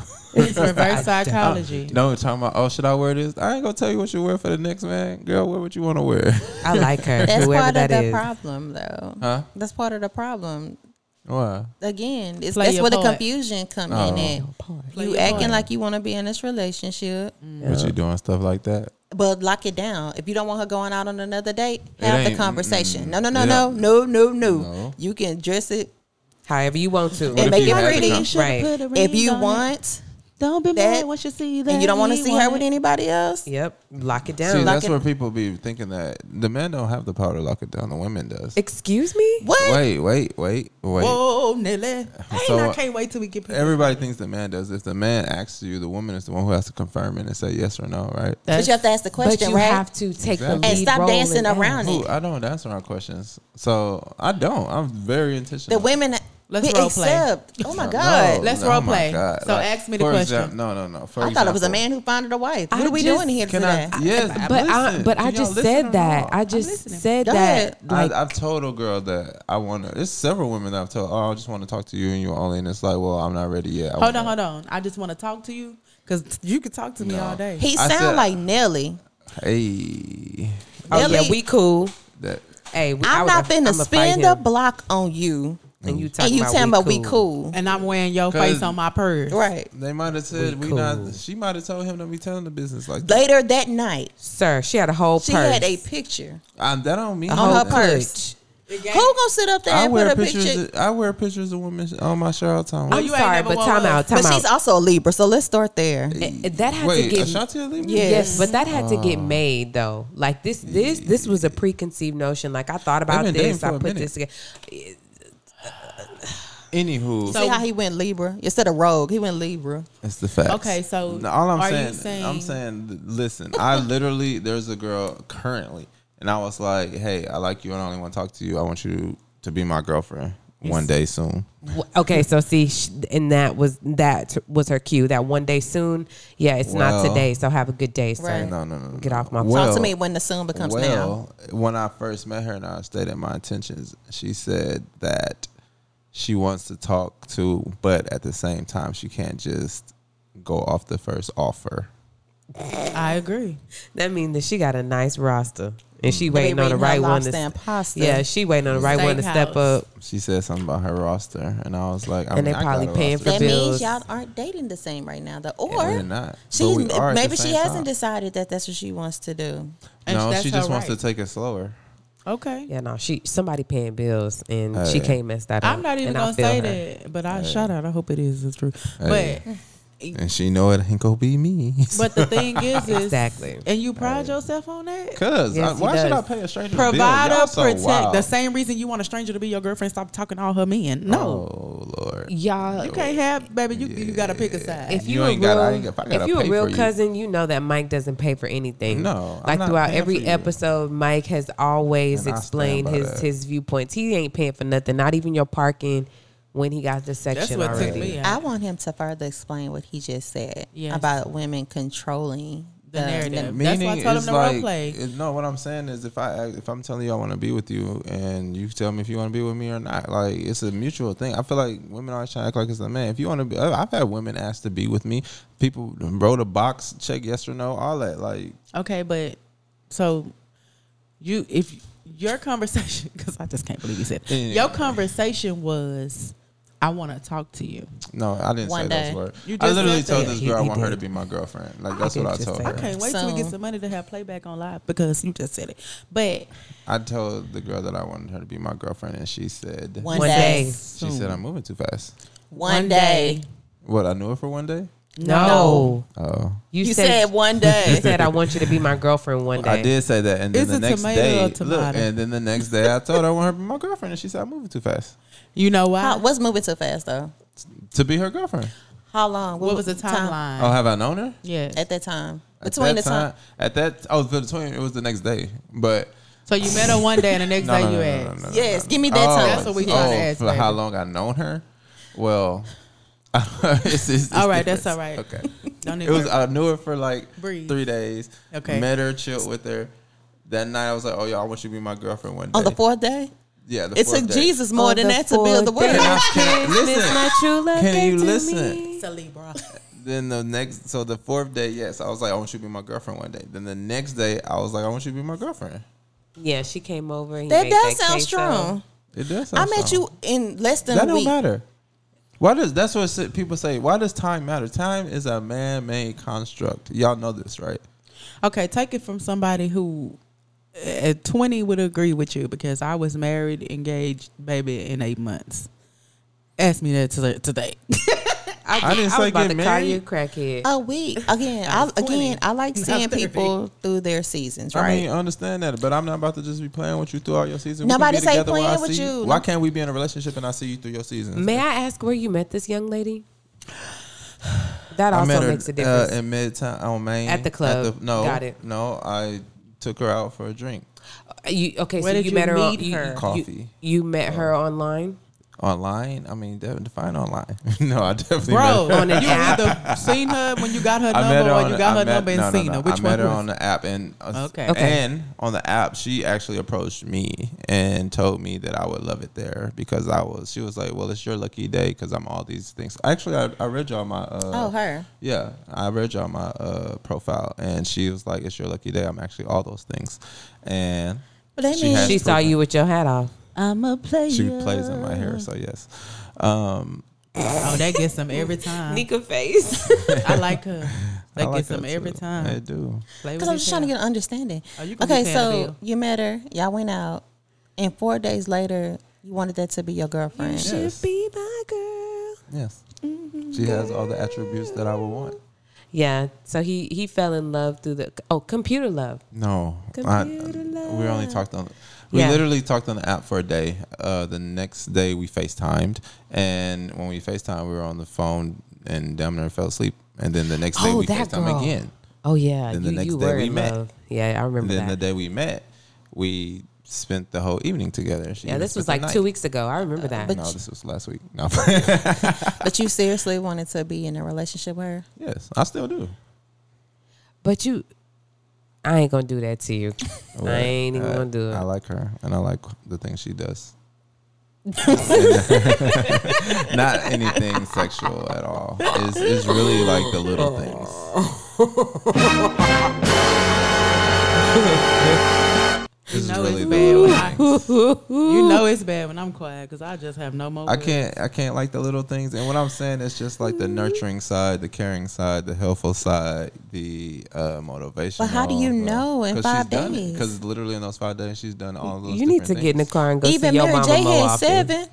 Speaker 2: [LAUGHS]
Speaker 5: It's reverse psychology.
Speaker 2: No, I'm talking about, oh, should I wear this? I ain't gonna tell you what you wear for the next man, girl. What would you want to wear? [LAUGHS]
Speaker 4: I like her,
Speaker 3: That's
Speaker 4: whoever
Speaker 3: part of
Speaker 4: that
Speaker 3: the
Speaker 4: is.
Speaker 3: problem though.
Speaker 2: Huh?
Speaker 3: That's part of the problem.
Speaker 2: Why?
Speaker 3: Again, it's,
Speaker 5: Play
Speaker 3: that's
Speaker 5: your
Speaker 3: where the
Speaker 5: part.
Speaker 3: confusion come
Speaker 2: Oh.
Speaker 3: in at.
Speaker 5: Play
Speaker 3: you
Speaker 5: your
Speaker 3: acting
Speaker 5: part.
Speaker 3: like you want to be in this relationship,
Speaker 2: But you doing stuff like that?
Speaker 3: but lock it down. If you don't want her going out on another date,
Speaker 2: It
Speaker 3: have the
Speaker 2: ain't-
Speaker 3: conversation.
Speaker 2: mm,
Speaker 3: No, no, no,
Speaker 2: it
Speaker 3: no,
Speaker 2: don't-
Speaker 3: no, no, no.
Speaker 2: No.
Speaker 3: You can dress it
Speaker 4: however you want to.
Speaker 2: What if
Speaker 3: make
Speaker 2: you
Speaker 3: it
Speaker 2: had the
Speaker 3: pretty.
Speaker 2: con-
Speaker 5: You should've
Speaker 4: Right.
Speaker 5: put a
Speaker 3: If
Speaker 5: ring
Speaker 3: you
Speaker 5: on it.
Speaker 3: want,
Speaker 5: don't be
Speaker 3: that-
Speaker 5: mad once you see that,
Speaker 3: and you don't want to see her with
Speaker 5: anyone.
Speaker 3: anybody else,
Speaker 4: Yep, lock it down.
Speaker 2: See,
Speaker 4: Lock
Speaker 2: that's
Speaker 4: it-
Speaker 2: where people be thinking that the men don't have the power to lock it down. The women does.
Speaker 4: Excuse me.
Speaker 3: what?
Speaker 2: Wait, wait, wait, wait.
Speaker 5: Whoa, Nelly. Hey,
Speaker 2: So,
Speaker 5: I can't wait till we get people.
Speaker 2: Everybody thinks the man does. If the man asks you, the woman is the one who has to confirm it and say yes or no, right?
Speaker 3: But you have to ask the
Speaker 4: But
Speaker 3: question,
Speaker 4: you
Speaker 3: right?
Speaker 4: have to take the
Speaker 2: Exactly.
Speaker 4: lead
Speaker 3: and stop
Speaker 4: role in
Speaker 3: dancing
Speaker 4: that.
Speaker 3: around
Speaker 2: Ooh,
Speaker 3: it.
Speaker 2: I don't answer around questions, so I don't. I'm very intentional.
Speaker 3: The women
Speaker 5: Let's
Speaker 3: we
Speaker 5: role play.
Speaker 2: [LAUGHS]
Speaker 3: accept. Oh my God.
Speaker 2: No,
Speaker 5: Let's
Speaker 2: no,
Speaker 5: role
Speaker 2: my
Speaker 5: play.
Speaker 2: God.
Speaker 5: So ask me the
Speaker 2: for
Speaker 5: question.
Speaker 2: exam- no, no, no. For
Speaker 3: I thought it was a
Speaker 2: example,
Speaker 3: man who founded a wife. What
Speaker 4: I
Speaker 3: are we
Speaker 4: just-
Speaker 3: doing here
Speaker 2: Can
Speaker 3: today?
Speaker 2: I? Yes,
Speaker 4: But I
Speaker 2: listen.
Speaker 4: but
Speaker 2: Do
Speaker 4: I
Speaker 2: y'all
Speaker 4: just
Speaker 2: listen
Speaker 4: said
Speaker 2: or
Speaker 4: that.
Speaker 2: no?
Speaker 4: I just
Speaker 5: listening.
Speaker 4: said
Speaker 3: Go ahead.
Speaker 4: that. Like
Speaker 2: I, I've told a girl that I want to. There's several women that I've told. Oh, I just want to talk to you, and you're only. And it's like, well, I'm not ready yet. I
Speaker 5: Hold
Speaker 2: wanna-
Speaker 5: on, hold on. I just want to talk to you because you could talk to me all day.
Speaker 3: He
Speaker 2: I
Speaker 3: sound
Speaker 2: said-
Speaker 3: like Nelly.
Speaker 2: Hey,
Speaker 4: oh, yeah,
Speaker 3: Nelly-
Speaker 4: we cool.
Speaker 2: that
Speaker 4: Hey, we, I
Speaker 3: I'm
Speaker 4: would-
Speaker 3: not finna
Speaker 4: I'ma fight
Speaker 3: spin the
Speaker 4: him.
Speaker 3: block on you,
Speaker 4: and you talking
Speaker 3: and you
Speaker 4: about
Speaker 3: talking
Speaker 4: we
Speaker 3: about we
Speaker 4: cool.
Speaker 3: cool,
Speaker 5: And I'm wearing your
Speaker 2: 'Cause-
Speaker 5: face on my purse.
Speaker 3: right?
Speaker 2: they might have said
Speaker 4: We
Speaker 2: we,
Speaker 4: cool.
Speaker 2: not. She might have told him to be telling the business like that.
Speaker 3: Later that night,
Speaker 4: Sir, she had a whole
Speaker 3: she
Speaker 4: purse.
Speaker 3: had a picture
Speaker 2: Um, that don't mean
Speaker 4: A
Speaker 3: on
Speaker 4: whole
Speaker 3: her
Speaker 2: nothing.
Speaker 3: purse. Who gonna sit up there
Speaker 2: I
Speaker 3: and put
Speaker 2: wear
Speaker 3: a
Speaker 2: pictures.
Speaker 3: picture?
Speaker 2: I wear pictures of women on my show all the time.
Speaker 4: I'm
Speaker 5: you ain't
Speaker 4: sorry,
Speaker 5: never
Speaker 4: but
Speaker 5: wore
Speaker 4: time
Speaker 5: one.
Speaker 4: out, time
Speaker 3: But she's
Speaker 4: out.
Speaker 3: also a Libra, so let's start there.
Speaker 4: Eh, that had
Speaker 2: Wait,
Speaker 4: to get
Speaker 2: Ashanti a Libra?
Speaker 3: Yeah.
Speaker 4: Yes, but that had to get
Speaker 2: Oh.
Speaker 4: made though. Like this, this, this was a preconceived notion. Like I thought about
Speaker 2: been dating
Speaker 4: this,
Speaker 2: for
Speaker 4: I
Speaker 2: a
Speaker 4: put
Speaker 2: minute.
Speaker 4: this together.
Speaker 2: Anywho,
Speaker 5: So-
Speaker 3: See how he went Libra instead of Rogue, he went Libra.
Speaker 2: it's the fact.
Speaker 5: Okay, so
Speaker 2: all I'm
Speaker 5: are you
Speaker 2: saying,
Speaker 5: saying-
Speaker 2: I'm saying, th- listen. I literally there's a girl currently, and I was like, hey, I like you, and I only want to talk to you. I want you to be my girlfriend one day soon.
Speaker 4: W- Okay, so see, sh- and that was that was her cue. That one day soon, yeah, it's
Speaker 2: Well-
Speaker 4: not today. So have a good day, sir.
Speaker 3: Right.
Speaker 2: No, no, no. no,
Speaker 4: Get
Speaker 2: no.
Speaker 4: off my
Speaker 2: Well,
Speaker 4: phone.
Speaker 3: Talk to me when the soon becomes now.
Speaker 2: well, when I first met her and I stated my intentions, she said that she wants to talk to, but at the same time, she can't just go off the first offer.
Speaker 5: I agree.
Speaker 4: That means that she got a nice roster, and
Speaker 5: Mm.
Speaker 4: she
Speaker 3: They
Speaker 4: waiting on the
Speaker 3: reading her
Speaker 4: right one.
Speaker 3: lobster
Speaker 4: To,
Speaker 3: and
Speaker 4: s-
Speaker 3: pasta.
Speaker 4: yeah, she waiting on the right one to step
Speaker 5: Steakhouse.
Speaker 4: up.
Speaker 2: She said something about her roster, and I was like, I
Speaker 4: And
Speaker 2: mean,
Speaker 4: they
Speaker 2: I got
Speaker 4: probably
Speaker 2: a
Speaker 4: paying
Speaker 2: roster.
Speaker 4: for
Speaker 3: that means
Speaker 4: bills.
Speaker 3: y'all aren't dating the same right now. though.
Speaker 2: We're
Speaker 3: or
Speaker 2: not, but
Speaker 3: she
Speaker 2: we are at the
Speaker 3: maybe she
Speaker 2: same
Speaker 3: hasn't
Speaker 2: time.
Speaker 3: decided that that's what she wants to do.
Speaker 5: And
Speaker 2: No,
Speaker 5: that's
Speaker 2: she just
Speaker 5: her
Speaker 2: wants to
Speaker 5: right.
Speaker 2: take it slower.
Speaker 5: Okay.
Speaker 4: Yeah, no, she somebody paying bills, and
Speaker 2: Hey.
Speaker 4: she can't mess that up.
Speaker 5: I'm not even
Speaker 4: and I
Speaker 5: gonna
Speaker 4: feel
Speaker 5: say
Speaker 4: her.
Speaker 5: that, but I shout out. I hope it is. It's true.
Speaker 2: Hey.
Speaker 5: But
Speaker 2: And she know it ain't gonna be me.
Speaker 5: but the thing [LAUGHS] is, is
Speaker 4: Exactly.
Speaker 5: And you pride yourself on
Speaker 2: [LAUGHS]
Speaker 5: that.
Speaker 2: Cause
Speaker 4: Yes,
Speaker 2: I,
Speaker 4: he
Speaker 2: why should I
Speaker 4: does.
Speaker 2: pay a stranger?
Speaker 5: Provider,
Speaker 2: bill? you
Speaker 5: protect.
Speaker 2: So wild.
Speaker 5: The same reason you want a stranger to be your girlfriend. Stop talking to all her men. No,
Speaker 2: Oh lord.
Speaker 4: Y'all,
Speaker 5: you can't have baby. You you gotta pick a side.
Speaker 4: if
Speaker 2: You
Speaker 4: you, a
Speaker 2: ain't
Speaker 4: real,
Speaker 2: gotta- I ain't- if I gotta
Speaker 4: if you
Speaker 2: pay
Speaker 4: a real
Speaker 2: for you.
Speaker 4: cousin, you know that Mike doesn't pay for anything.
Speaker 2: No, I'm
Speaker 4: like
Speaker 2: not
Speaker 4: throughout
Speaker 2: paying
Speaker 4: every
Speaker 2: for you.
Speaker 4: episode, Mike has always
Speaker 2: And I stand
Speaker 4: explained
Speaker 2: by
Speaker 4: his
Speaker 2: that.
Speaker 4: his viewpoints. He ain't paying for nothing, not even your parking when he got the
Speaker 5: That's
Speaker 4: section
Speaker 5: what
Speaker 4: already.
Speaker 5: took me
Speaker 3: I
Speaker 5: out.
Speaker 3: want him to further explain what he just said
Speaker 5: Yes.
Speaker 3: about women controlling
Speaker 5: The narrative.
Speaker 2: Meaning
Speaker 5: That's why I told him
Speaker 2: is
Speaker 5: to
Speaker 2: like,
Speaker 5: role play.
Speaker 2: it- no, what I'm saying is if I if I'm telling you I want to be with you and you tell me if you want to be with me or not, like it's a mutual thing. I feel like women always try to act like it's a man. If you want to be, I- I've had women ask to be with me. People wrote a box, check yes or no, all that. Like
Speaker 5: Okay, but so you if your conversation [LAUGHS] because I just can't believe you said it.
Speaker 2: Yeah.
Speaker 5: your conversation was I want to talk to you.
Speaker 2: no, I didn't
Speaker 3: One
Speaker 2: say
Speaker 3: day.
Speaker 2: those words.
Speaker 5: You
Speaker 2: I
Speaker 5: just
Speaker 2: literally
Speaker 5: said that.
Speaker 2: told this
Speaker 4: He-
Speaker 2: girl I
Speaker 4: he
Speaker 2: want her to
Speaker 4: did.
Speaker 2: be my girlfriend. Like that's
Speaker 4: did
Speaker 2: what I
Speaker 4: just
Speaker 2: told
Speaker 4: say
Speaker 2: her.
Speaker 5: I can't wait till we get
Speaker 3: So-
Speaker 5: some money to have playback on live because you just said it. But
Speaker 2: I told the girl that I wanted her to be my girlfriend, and she said
Speaker 3: One,
Speaker 4: One
Speaker 3: day.
Speaker 4: day.
Speaker 2: she said I'm moving too fast.
Speaker 3: One, day.
Speaker 2: What I knew her for one day.
Speaker 3: No.
Speaker 4: No,
Speaker 2: Oh.
Speaker 4: You,
Speaker 3: You,
Speaker 4: said,
Speaker 3: said, one
Speaker 4: you
Speaker 3: day.
Speaker 4: said I want you to be my girlfriend one day.
Speaker 2: I did say that, and then
Speaker 5: It's
Speaker 2: the
Speaker 5: a
Speaker 2: next
Speaker 5: tomato or
Speaker 2: day, look,
Speaker 5: tomato?
Speaker 2: and then the next day, I told her I want her to be my girlfriend, and she said I'm moving too fast
Speaker 5: you know why?
Speaker 3: How,
Speaker 5: what,
Speaker 3: what's moving too fast though?
Speaker 2: to be her girlfriend.
Speaker 3: How long?
Speaker 5: was the timeline?
Speaker 2: Oh, have I known her
Speaker 5: yes.
Speaker 3: at that time?
Speaker 2: At
Speaker 3: Between
Speaker 2: that
Speaker 3: the time,
Speaker 2: At that, oh, between it was the next day, but
Speaker 5: so you met her one day and the next
Speaker 2: no,
Speaker 5: day
Speaker 2: no, no,
Speaker 5: you
Speaker 2: no,
Speaker 5: asked.
Speaker 2: no, no, no,
Speaker 3: Yes,
Speaker 2: no,
Speaker 3: give me that
Speaker 2: oh,
Speaker 3: time.
Speaker 5: That's what we trying to
Speaker 2: oh,
Speaker 5: ask,
Speaker 2: for how
Speaker 5: baby.
Speaker 2: long I known her? Well, [LAUGHS] it's, it's,
Speaker 5: All
Speaker 2: it's
Speaker 5: right, that's
Speaker 2: different.
Speaker 5: all right.
Speaker 2: Okay.
Speaker 5: Don't
Speaker 2: It was
Speaker 5: even-
Speaker 2: I knew her for like
Speaker 5: Breathe.
Speaker 2: three days.
Speaker 5: Okay.
Speaker 2: Met her, chilled with her. That night I was like, Oh yeah, I want you to be my girlfriend one day.
Speaker 3: on Oh, the fourth day,
Speaker 2: Yeah, the
Speaker 3: it
Speaker 2: fourth
Speaker 3: took
Speaker 2: day.
Speaker 3: Jesus more
Speaker 4: On
Speaker 3: than
Speaker 4: the
Speaker 3: that to build the
Speaker 4: fourth
Speaker 3: word.
Speaker 2: Can
Speaker 3: [LAUGHS]
Speaker 2: I- can I- listen,
Speaker 4: My true love
Speaker 2: Can
Speaker 4: gave
Speaker 2: you
Speaker 4: to
Speaker 2: listen?
Speaker 4: me.
Speaker 5: It's a Libra.
Speaker 2: then the next so the fourth day, yes, I was like, I want you to be my girlfriend one day. Then the next day I was like, I want you to be my girlfriend.
Speaker 4: Yeah, she came over. And he
Speaker 3: That
Speaker 4: made
Speaker 3: does sound
Speaker 4: queso.
Speaker 3: strong.
Speaker 2: It does
Speaker 3: I
Speaker 2: sound
Speaker 3: met
Speaker 2: strong.
Speaker 3: you in less than
Speaker 2: That
Speaker 3: a
Speaker 2: don't
Speaker 3: week.
Speaker 2: matter. Why does that's what s- people say? Why does time matter? Time is a man made construct. Y'all know this, right?
Speaker 5: Okay, take it from somebody who at 20 would agree with you because I was married, engaged, baby, in eight months. ask me that to-
Speaker 2: [LAUGHS]
Speaker 5: today.
Speaker 2: I didn't
Speaker 4: I
Speaker 2: say
Speaker 4: was about
Speaker 2: get
Speaker 4: to call
Speaker 2: married.
Speaker 4: you a crackhead.
Speaker 3: A week again. I,
Speaker 2: was 20.
Speaker 3: again, I like
Speaker 2: [LAUGHS] Not
Speaker 3: seeing
Speaker 2: 30.
Speaker 3: people through their seasons,
Speaker 2: I
Speaker 3: right?
Speaker 2: mean, uh, I understand that, but I'm not about to just be playing with you through all your season. We can
Speaker 3: Nobody
Speaker 2: be
Speaker 3: say
Speaker 2: together while
Speaker 3: playing
Speaker 2: I
Speaker 3: with
Speaker 2: see
Speaker 3: you.
Speaker 2: Why can't we be in a relationship and I see you through your season?
Speaker 4: May I ask where you met this young lady? That
Speaker 2: I
Speaker 4: also
Speaker 2: met her
Speaker 4: makes a difference.
Speaker 2: Uh, in midtown on Main
Speaker 4: At the club.
Speaker 2: no,
Speaker 4: Got it.
Speaker 2: no, I took her out for a drink
Speaker 4: you, okay,
Speaker 5: Where
Speaker 4: so
Speaker 5: did
Speaker 4: you
Speaker 5: you
Speaker 4: met her, on,
Speaker 5: meet
Speaker 4: you-
Speaker 5: her?
Speaker 4: you-
Speaker 2: Coffee.
Speaker 4: You, met her online
Speaker 2: online. I mean, de- define online. [LAUGHS] no, I definitely
Speaker 5: Bro,
Speaker 2: Met her.
Speaker 5: you either seen her when you got
Speaker 2: [LAUGHS]
Speaker 5: her
Speaker 2: I met
Speaker 5: number
Speaker 2: her
Speaker 5: or
Speaker 2: on
Speaker 5: you
Speaker 2: the-
Speaker 5: got
Speaker 2: I
Speaker 5: her
Speaker 2: met-
Speaker 5: number and
Speaker 2: no, no,
Speaker 5: seen
Speaker 2: no.
Speaker 5: her. Which
Speaker 2: I met
Speaker 5: one
Speaker 2: her
Speaker 5: was
Speaker 2: on the app and uh,
Speaker 5: Okay.
Speaker 4: Okay.
Speaker 2: and on the app she actually approached me and told me that I would love it there because I was she was like well it's your lucky day because I'm all these things actually I, I read y'all my uh,
Speaker 3: oh, her.
Speaker 2: yeah I read y'all my uh, profile and she was like it's your lucky day I'm actually all those things and
Speaker 3: But that
Speaker 2: she
Speaker 3: means-
Speaker 2: has
Speaker 4: she saw
Speaker 2: proven-
Speaker 4: you with your hat off.
Speaker 5: I'm a player.
Speaker 2: she plays in my hair so yes um
Speaker 5: Oh, that gets
Speaker 2: [LAUGHS]
Speaker 5: them every time.
Speaker 4: Nika face.
Speaker 5: I like her.
Speaker 2: I
Speaker 5: That
Speaker 2: like
Speaker 5: gets them
Speaker 2: her,
Speaker 5: every
Speaker 2: too.
Speaker 5: time.
Speaker 2: I do
Speaker 5: Play
Speaker 3: Because
Speaker 5: with
Speaker 3: I'm just
Speaker 5: each
Speaker 3: trying to
Speaker 5: other.
Speaker 3: get an understanding.
Speaker 5: Oh, you gonna
Speaker 3: Okay,
Speaker 5: be paying the
Speaker 3: so
Speaker 5: bill.
Speaker 3: you met her, y'all went out, and four days later, you wanted that to be your girlfriend.
Speaker 2: yes
Speaker 4: Be my girl.
Speaker 2: yes
Speaker 3: Mm-hmm.
Speaker 2: she has all the attributes that I would want.
Speaker 4: Yeah. So he he fell in love through the oh computer love.
Speaker 2: No, I,
Speaker 4: Computer
Speaker 2: we only
Speaker 4: lab.
Speaker 2: talked on. We
Speaker 4: Yeah.
Speaker 2: literally talked on the app for a day. Uh, the next day we FaceTimed, and when we FaceTimed, we were on the phone and damn near fell asleep. And then the next day
Speaker 4: Oh,
Speaker 2: we
Speaker 4: that
Speaker 2: FaceTime
Speaker 4: girl.
Speaker 2: again.
Speaker 4: Oh yeah.
Speaker 2: Then
Speaker 4: you
Speaker 2: the next
Speaker 4: you
Speaker 2: day
Speaker 4: were
Speaker 2: we
Speaker 4: in
Speaker 2: met.
Speaker 4: love. Yeah, I
Speaker 2: And
Speaker 4: remember
Speaker 2: then
Speaker 4: that.
Speaker 2: the day we met, we spent the whole evening together. She
Speaker 4: yeah,
Speaker 2: even
Speaker 4: this was
Speaker 2: spent
Speaker 4: like
Speaker 2: the
Speaker 4: two
Speaker 2: night.
Speaker 4: weeks ago. I remember that.
Speaker 3: Uh, but-
Speaker 2: No, this was last week. No, [LAUGHS]
Speaker 3: But you seriously wanted to be in a relationship with her?
Speaker 2: yes, I still do.
Speaker 4: But you, I ain't gonna do that to
Speaker 2: [LAUGHS]
Speaker 4: you. I ain't even
Speaker 2: Uh,
Speaker 4: gonna do it.
Speaker 2: I like her, and I like the things she
Speaker 3: [LAUGHS]
Speaker 2: does. [LAUGHS] Not anything sexual at all. It's, it's really like the little things.
Speaker 3: [LAUGHS]
Speaker 2: It's
Speaker 5: know
Speaker 2: really the
Speaker 5: it's bad
Speaker 2: little
Speaker 5: when I-
Speaker 2: things.
Speaker 5: [LAUGHS]
Speaker 2: [LAUGHS]
Speaker 5: You know it's bad when I'm quiet because I just have no more.
Speaker 2: I
Speaker 5: words.
Speaker 2: can't I can't like the little things. And what I'm saying is just like the nurturing side, the caring side, the helpful side, the uh motivation. uh,
Speaker 3: But how do you know in five days?
Speaker 2: Because literally in those five days she's done all those.
Speaker 4: you need to
Speaker 2: different
Speaker 4: get in the
Speaker 2: things.
Speaker 4: car and go
Speaker 3: Even
Speaker 4: see your
Speaker 3: Mary
Speaker 4: mama
Speaker 3: J
Speaker 4: more
Speaker 3: had
Speaker 4: often.
Speaker 3: seven.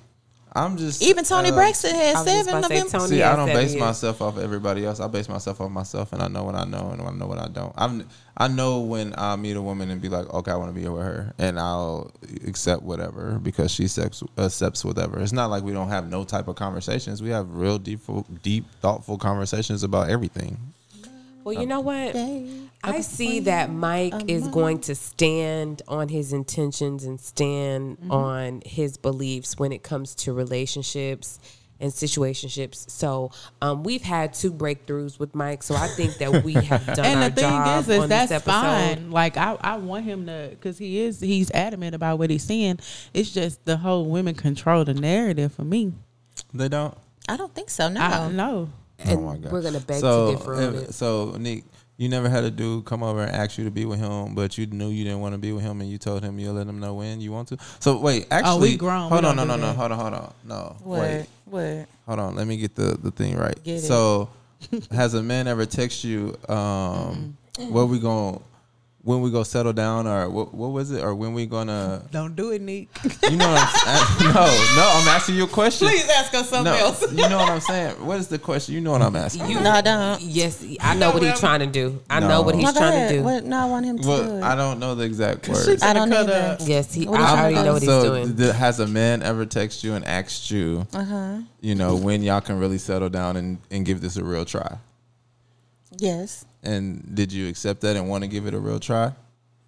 Speaker 2: I'm just
Speaker 3: Even Tony
Speaker 2: uh,
Speaker 3: Braxton had
Speaker 4: I was just
Speaker 3: seven
Speaker 4: about
Speaker 3: of
Speaker 4: to say
Speaker 3: them.
Speaker 4: Tony
Speaker 2: See,
Speaker 4: had
Speaker 2: I don't
Speaker 4: seven
Speaker 2: base
Speaker 4: years.
Speaker 2: myself off everybody else. I base myself off myself, and I know what I know, and I know what I don't. I'm, I know when I meet a woman and be like, okay, I want to be with her, and I'll accept whatever because she accepts, accepts whatever. It's not like we don't have no type of conversations. We have real deep, deep, thoughtful conversations about everything.
Speaker 4: Well, you know what?
Speaker 3: Day.
Speaker 4: I see that Mike is going to stand on his intentions and stand on his beliefs when it comes to relationships and situationships. So um, we've had two breakthroughs with Mike. So I think that we [LAUGHS] have done
Speaker 5: And
Speaker 4: our
Speaker 5: the thing
Speaker 4: job
Speaker 5: is, is
Speaker 4: on
Speaker 5: that's
Speaker 4: this episode.
Speaker 5: fine. Like I, I want him to, because he is, he's adamant about what he's seeing. It's just the whole women control the narrative for me.
Speaker 2: They don't.
Speaker 3: I don't think so. No.
Speaker 5: I don't know.
Speaker 4: And we're gonna beg to
Speaker 2: Oh so,
Speaker 4: differ on
Speaker 2: if-
Speaker 4: it.
Speaker 2: So Nick, you never had a dude come over and ask you to be with him, but you knew you didn't want to be with him, and you told him you'll let him know when you want to. So wait, actually,
Speaker 5: Oh, we grown. We
Speaker 2: Hold on, no,
Speaker 5: don't
Speaker 2: no,
Speaker 5: do
Speaker 2: no,
Speaker 5: that.
Speaker 2: hold on, hold on, no. Wait,
Speaker 3: Word. Word.
Speaker 2: hold on. Let me get the the thing right.
Speaker 3: Get it.
Speaker 2: so, has a man ever text you, um, what we going? When we go settle down, or what, what was it, or when we gonna?
Speaker 5: Don't do it, [LAUGHS] Nick.
Speaker 2: You know, what I'm, [LAUGHS] no, no, I'm asking you a question.
Speaker 5: ask us something
Speaker 4: [LAUGHS]
Speaker 2: no, you know what I'm saying. What is the question? You know what I'm asking.
Speaker 3: No, I don't.
Speaker 4: Yes, I know what he's trying to do. I know what
Speaker 2: No.
Speaker 4: he's
Speaker 3: My
Speaker 4: trying
Speaker 3: bad.
Speaker 4: to do.
Speaker 3: What, no, I want him to do
Speaker 2: Well,
Speaker 3: it.
Speaker 2: I don't know the exact words.
Speaker 3: I don't
Speaker 5: Cut
Speaker 3: either.
Speaker 5: up.
Speaker 4: Yes, he,
Speaker 3: What is
Speaker 4: I
Speaker 3: he
Speaker 4: already
Speaker 3: doing?
Speaker 4: know what he's
Speaker 2: so
Speaker 4: doing.
Speaker 2: th- has a man ever text you and asked you,
Speaker 3: Uh-huh.
Speaker 2: you know, when y'all can really settle down and, and give this a real try?
Speaker 3: Yes.
Speaker 2: And did you accept that and want to give it a real try?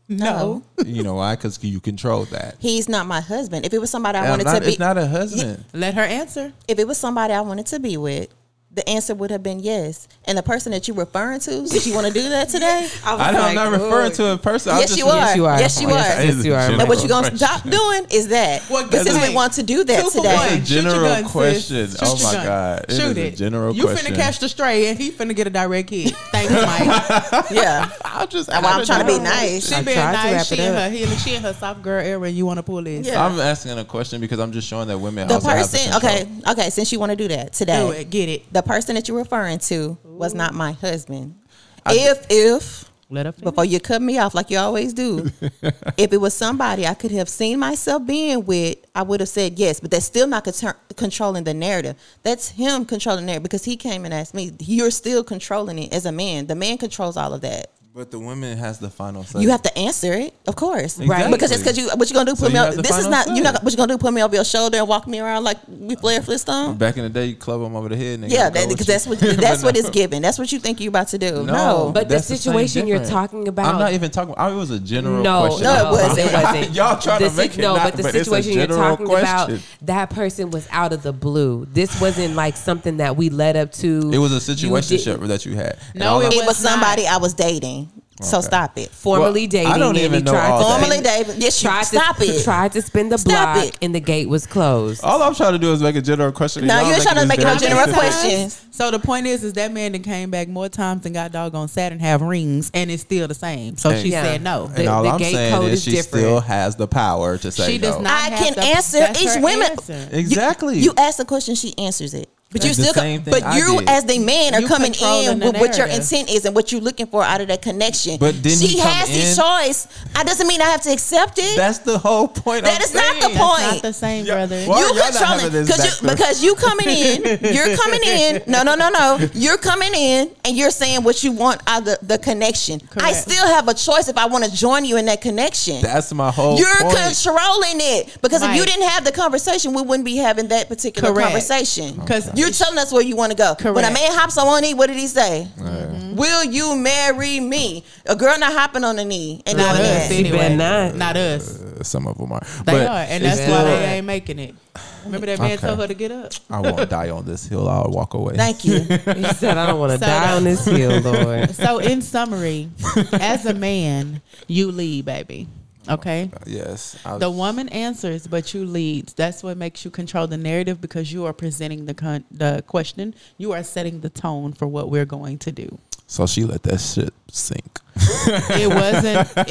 Speaker 3: No.
Speaker 2: You know why? Because you control that.
Speaker 3: He's not my husband. If it was somebody I
Speaker 2: And
Speaker 3: wanted
Speaker 2: I'm not-
Speaker 3: to be
Speaker 2: it's not a husband.
Speaker 5: Let her answer.
Speaker 3: if it was somebody I wanted to be with, the answer would have been yes. And the person that you're referring to, did you want to do that today?
Speaker 2: I don't, I'm not referring to a person. I'm
Speaker 3: yes,
Speaker 2: just- Oh,
Speaker 3: you are.
Speaker 4: Yes, you
Speaker 3: Yes, you
Speaker 4: are.
Speaker 3: are.
Speaker 4: Yes, yes, you are.
Speaker 3: And what you're going to stop doing is that.
Speaker 5: Well,
Speaker 3: Because
Speaker 5: that's
Speaker 3: we
Speaker 5: like
Speaker 3: want to do that
Speaker 5: Two for
Speaker 3: today.
Speaker 5: one. Shoot your
Speaker 2: general
Speaker 5: gun, sis.
Speaker 2: question.
Speaker 5: Shoot
Speaker 2: Oh
Speaker 5: your
Speaker 2: my
Speaker 5: gun.
Speaker 2: God. It
Speaker 5: Shoot
Speaker 2: is a
Speaker 5: it.
Speaker 2: general
Speaker 5: you
Speaker 2: question.
Speaker 5: finna catch the stray and he finna get a direct [LAUGHS] hit. Thanks, Mike.
Speaker 3: [LAUGHS] Yeah.
Speaker 2: I'm just.
Speaker 3: And while I'm trying to be nice.
Speaker 5: [LAUGHS] she
Speaker 4: I
Speaker 5: being
Speaker 4: tried to wrap
Speaker 5: nice. She
Speaker 4: it
Speaker 5: in
Speaker 4: up.
Speaker 5: her healing. She in her soft girl era. And you want to pull this?
Speaker 3: Yeah.
Speaker 2: I'm asking a question because I'm just showing that women.
Speaker 3: The
Speaker 2: also have
Speaker 3: person,
Speaker 2: control.
Speaker 3: okay, okay, since you want to do that today,
Speaker 5: Do it. Get it.
Speaker 3: the person that you're referring to was not my husband. if, if
Speaker 5: Let her finish.
Speaker 3: before you cut me off like you always
Speaker 2: [LAUGHS]
Speaker 3: do. if it was somebody I could have seen myself being with, I would have said yes, but that's still not conter- controlling the narrative. That's him controlling the narrative because he came and asked me, you're still controlling it as a man. The man controls all of that.
Speaker 2: But the woman has the final say.
Speaker 3: You have to answer it, of course,
Speaker 2: Exactly.
Speaker 3: Because just because you, what you gonna do?
Speaker 2: So
Speaker 3: Put
Speaker 2: you
Speaker 3: me
Speaker 2: have
Speaker 3: on,
Speaker 2: the
Speaker 3: This is
Speaker 2: final
Speaker 3: not you
Speaker 2: say.
Speaker 3: are not what you gonna do? Put me over your shoulder and walk me around like we Flair Flintstone?
Speaker 2: Back in the day, you club them over the head. Nigga,
Speaker 3: Yeah,
Speaker 2: I'll go
Speaker 3: that,
Speaker 2: with
Speaker 3: because
Speaker 2: you.
Speaker 3: that's what
Speaker 2: But [LAUGHS]
Speaker 3: that's what
Speaker 2: no.
Speaker 3: it's given. That's what you think you're about to do.
Speaker 2: No,
Speaker 3: No,
Speaker 4: But the
Speaker 2: that's same
Speaker 4: situation you're
Speaker 2: difference.
Speaker 4: talking about-
Speaker 2: I'm not even talking. I, it was a general
Speaker 4: no,
Speaker 2: question.
Speaker 3: No, it wasn't.
Speaker 4: It wasn't.
Speaker 2: [LAUGHS] Y'all trying
Speaker 4: The
Speaker 2: to make
Speaker 4: si-
Speaker 2: it
Speaker 4: no,
Speaker 2: not-
Speaker 4: but the
Speaker 2: but it's a
Speaker 4: situation you're
Speaker 2: general
Speaker 4: talking about,
Speaker 2: question.
Speaker 4: that person was out of the blue. This wasn't like something that we led up to.
Speaker 2: It was a
Speaker 4: You didn't-
Speaker 2: situationship that you had. And
Speaker 5: No,
Speaker 2: all
Speaker 5: it
Speaker 2: I-
Speaker 5: was
Speaker 3: it was
Speaker 5: not.
Speaker 3: somebody I was dating. So
Speaker 2: Okay.
Speaker 3: stop it.
Speaker 4: formally
Speaker 2: Well,
Speaker 4: dating.
Speaker 2: I don't
Speaker 4: and
Speaker 2: even
Speaker 4: he
Speaker 2: know
Speaker 4: tried
Speaker 2: all
Speaker 4: to
Speaker 2: that.
Speaker 4: spin-
Speaker 3: Formally dating. Yes, you-
Speaker 4: tried
Speaker 3: stop
Speaker 4: to,
Speaker 3: it.
Speaker 4: Tried to spin the
Speaker 3: Stop
Speaker 4: block,
Speaker 3: it.
Speaker 4: and the gate was
Speaker 2: [LAUGHS]
Speaker 4: closed.
Speaker 2: all I'm trying to do is make a general question. and
Speaker 3: No,
Speaker 2: y'all
Speaker 3: you ain't tryna
Speaker 2: making this
Speaker 3: make it
Speaker 2: very
Speaker 3: no general
Speaker 2: specific.
Speaker 3: question. questions.
Speaker 5: So the point is, is that man that came back more times than got doggone Saturn have rings, and it's still the same. So she
Speaker 4: Yeah.
Speaker 5: said no.
Speaker 4: The-
Speaker 2: And all
Speaker 4: the
Speaker 2: I'm
Speaker 4: gate
Speaker 2: saying
Speaker 4: code
Speaker 2: is
Speaker 4: is
Speaker 2: she
Speaker 4: different.
Speaker 2: still has the power to say
Speaker 5: She does
Speaker 2: no.
Speaker 5: not.
Speaker 3: I
Speaker 5: have
Speaker 3: can
Speaker 5: to-
Speaker 3: answer
Speaker 5: that's
Speaker 3: each
Speaker 5: her
Speaker 3: woman.
Speaker 5: answer.
Speaker 2: Exactly.
Speaker 3: You ask the question, she answers it. But you
Speaker 2: That's the
Speaker 3: still,
Speaker 2: same
Speaker 3: co- but
Speaker 2: thing I
Speaker 3: you
Speaker 2: did.
Speaker 3: as the man are
Speaker 5: You
Speaker 3: coming
Speaker 5: controlling
Speaker 3: in
Speaker 5: the
Speaker 3: with what your
Speaker 5: narrative.
Speaker 3: intent is and what you're looking for out of that connection.
Speaker 2: But didn't
Speaker 3: she
Speaker 2: he come
Speaker 3: has
Speaker 2: in-
Speaker 3: the choice. I doesn't mean I have to accept it.
Speaker 2: That's the whole point.
Speaker 3: That
Speaker 2: I'm
Speaker 3: is not the
Speaker 2: saying.
Speaker 3: point.
Speaker 5: Not the same,
Speaker 2: Yeah.
Speaker 5: brother.
Speaker 2: Why
Speaker 3: you
Speaker 2: are y'all not
Speaker 3: controlling
Speaker 2: having this
Speaker 3: because you
Speaker 2: back
Speaker 3: because you coming
Speaker 2: [LAUGHS]
Speaker 3: in. You're coming in. No, no, no, no. You're coming in and you're saying what you want out of the, the connection. I
Speaker 5: Correct.
Speaker 3: still have a choice if I want to join you in that connection.
Speaker 2: That's my whole
Speaker 3: you're
Speaker 2: point.
Speaker 3: controlling it because if you
Speaker 5: Right.
Speaker 3: didn't have the conversation, we wouldn't be having that particular
Speaker 5: Correct.
Speaker 3: conversation.
Speaker 5: 'Cause
Speaker 3: you're telling us where you want to go. When a
Speaker 5: Correct. Mm-hmm.
Speaker 3: man hops on one knee, what did he say? Will you marry me? A girl not hopping on the knee and
Speaker 5: Not
Speaker 3: doing
Speaker 5: us.
Speaker 3: that.
Speaker 4: She better
Speaker 5: Anyway,
Speaker 4: not.
Speaker 5: Not us.
Speaker 2: Uh, Some of them are.
Speaker 5: They
Speaker 2: But
Speaker 5: are, and
Speaker 2: it's
Speaker 5: that's why
Speaker 2: still-
Speaker 5: they ain't making it. Remember that man
Speaker 2: Okay.
Speaker 5: told her to get up.
Speaker 2: I won't die on this hill. I'll walk away.
Speaker 3: Thank
Speaker 5: [LAUGHS]
Speaker 3: you.
Speaker 4: He said, "I don't want to
Speaker 5: So
Speaker 4: die
Speaker 5: that-
Speaker 4: on
Speaker 3: [LAUGHS]
Speaker 4: this hill, Lord."
Speaker 5: So, in summary, as a man, you lead, baby. Okay.
Speaker 2: [LAUGHS] Yes. I
Speaker 5: The woman answers, but you leads. That's what makes you control the narrative because you are presenting the con- the question. You are setting the tone for what we're going to do.
Speaker 2: So she let that shit sink.
Speaker 5: It wasn't.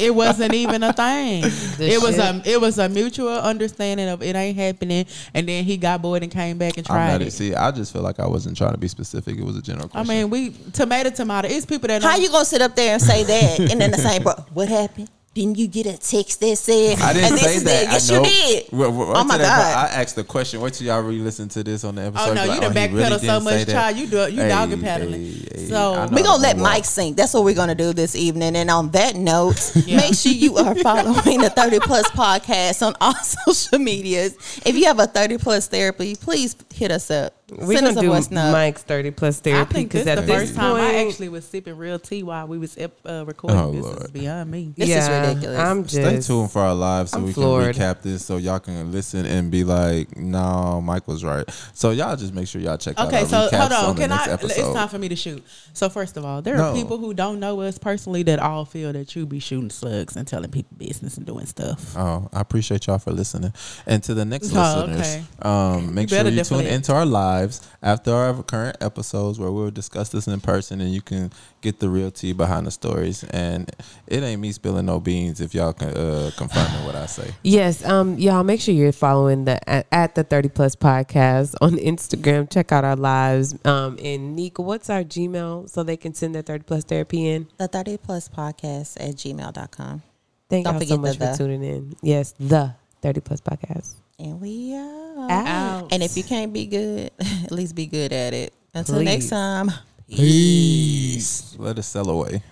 Speaker 2: [LAUGHS]
Speaker 5: it wasn't even a thing.
Speaker 4: The
Speaker 5: it was
Speaker 4: shit.
Speaker 5: a. It was a mutual understanding of it ain't happening. And then he got bored and came back and
Speaker 2: I'm
Speaker 5: tried
Speaker 2: not,
Speaker 5: it.
Speaker 2: see, I just feel like I wasn't trying to be specific. It was a general
Speaker 5: I
Speaker 2: question.
Speaker 5: mean, we tomato tomato. It's people that
Speaker 3: How
Speaker 5: don't-
Speaker 3: you gonna sit up there and say that, and then the same, bro? What happened? Didn't you get a text that said?
Speaker 2: I didn't
Speaker 3: and
Speaker 2: say
Speaker 3: is
Speaker 2: that.
Speaker 3: it. Yes,
Speaker 2: I
Speaker 3: you
Speaker 2: know.
Speaker 3: did.
Speaker 2: Well, well,
Speaker 3: oh my
Speaker 2: today,
Speaker 3: god!
Speaker 2: I asked the question. Wait till y'all re-listen to this on the episode.
Speaker 5: Oh no,
Speaker 2: Be like,
Speaker 5: you done
Speaker 2: he
Speaker 5: backpedal
Speaker 2: really
Speaker 5: so
Speaker 2: didn't say
Speaker 5: much,
Speaker 2: that."
Speaker 5: child. You do you
Speaker 2: Hey,
Speaker 5: doggy paddling.
Speaker 2: hey, hey, I
Speaker 5: so
Speaker 2: know.
Speaker 3: We're gonna let
Speaker 2: Wow.
Speaker 3: Mike sing. That's what we're gonna do this evening. And on that
Speaker 4: [LAUGHS]
Speaker 3: note, make sure you are following the Thirty Plus podcast on all [LAUGHS] social medias. If you have a Thirty Plus therapy, please hit us up.
Speaker 4: We
Speaker 3: Send us
Speaker 4: gonna
Speaker 3: a
Speaker 4: do
Speaker 3: voice note.
Speaker 4: Mike's thirty plus
Speaker 5: I
Speaker 4: therapy
Speaker 5: think this
Speaker 4: because at
Speaker 5: is the
Speaker 4: this
Speaker 5: first
Speaker 4: point,
Speaker 5: time I actually was sipping real tea while we was uh, recording.
Speaker 2: Oh,
Speaker 5: this is
Speaker 2: Lord.
Speaker 5: beyond me.
Speaker 3: This is
Speaker 4: yeah,
Speaker 3: ridiculous.
Speaker 4: I'm
Speaker 2: Stay
Speaker 4: just
Speaker 2: tuned for our live so
Speaker 4: I'm
Speaker 2: we
Speaker 4: floored.
Speaker 2: can recap this so y'all can listen and be like, no, Mike was right. So y'all just make sure y'all check out
Speaker 5: Okay,
Speaker 2: our
Speaker 5: so
Speaker 2: recaps
Speaker 5: hold on.
Speaker 2: on the
Speaker 5: Can
Speaker 2: next
Speaker 5: I?
Speaker 2: episode.
Speaker 5: It's time for me to shoot. So first of all, there
Speaker 2: No.
Speaker 5: are people who don't know us personally that all feel that you be shooting slugs and telling people business and doing stuff.
Speaker 2: Oh, I appreciate y'all for listening. And to the next
Speaker 5: Oh,
Speaker 2: listeners,
Speaker 5: okay.
Speaker 2: um, make
Speaker 5: You
Speaker 2: sure
Speaker 5: better
Speaker 2: you tune
Speaker 5: definitely-
Speaker 2: into our lives after our current episodes where we'll discuss this in person and you can get the real tea behind the stories. And it ain't me spilling no beans if y'all can uh, confirming what I say.
Speaker 4: Yes, um, y'all make sure you're following the at, at the thirty plus podcast on [LAUGHS] Instagram. Check out our lives. Um, and Nika, what's our Gmail so they can send their thirty plus therapy in?
Speaker 3: the Thirty Plus Podcast at gmail.com.
Speaker 4: Thank
Speaker 3: Don't
Speaker 4: y'all so
Speaker 3: forget the
Speaker 4: much for
Speaker 3: the.
Speaker 4: tuning in. Yes, the thirty plus podcast.
Speaker 3: And we out.
Speaker 4: Out.
Speaker 3: And if you can't be good, [LAUGHS] at least be good at it. Until
Speaker 4: Please.
Speaker 3: next time.
Speaker 2: Peace. Let us sell away.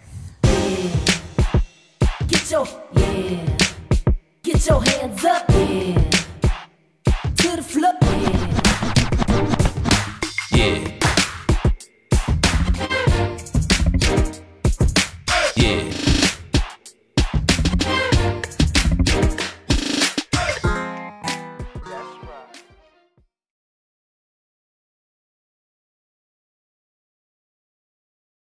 Speaker 1: Get your yeah. Get your hands up, yeah.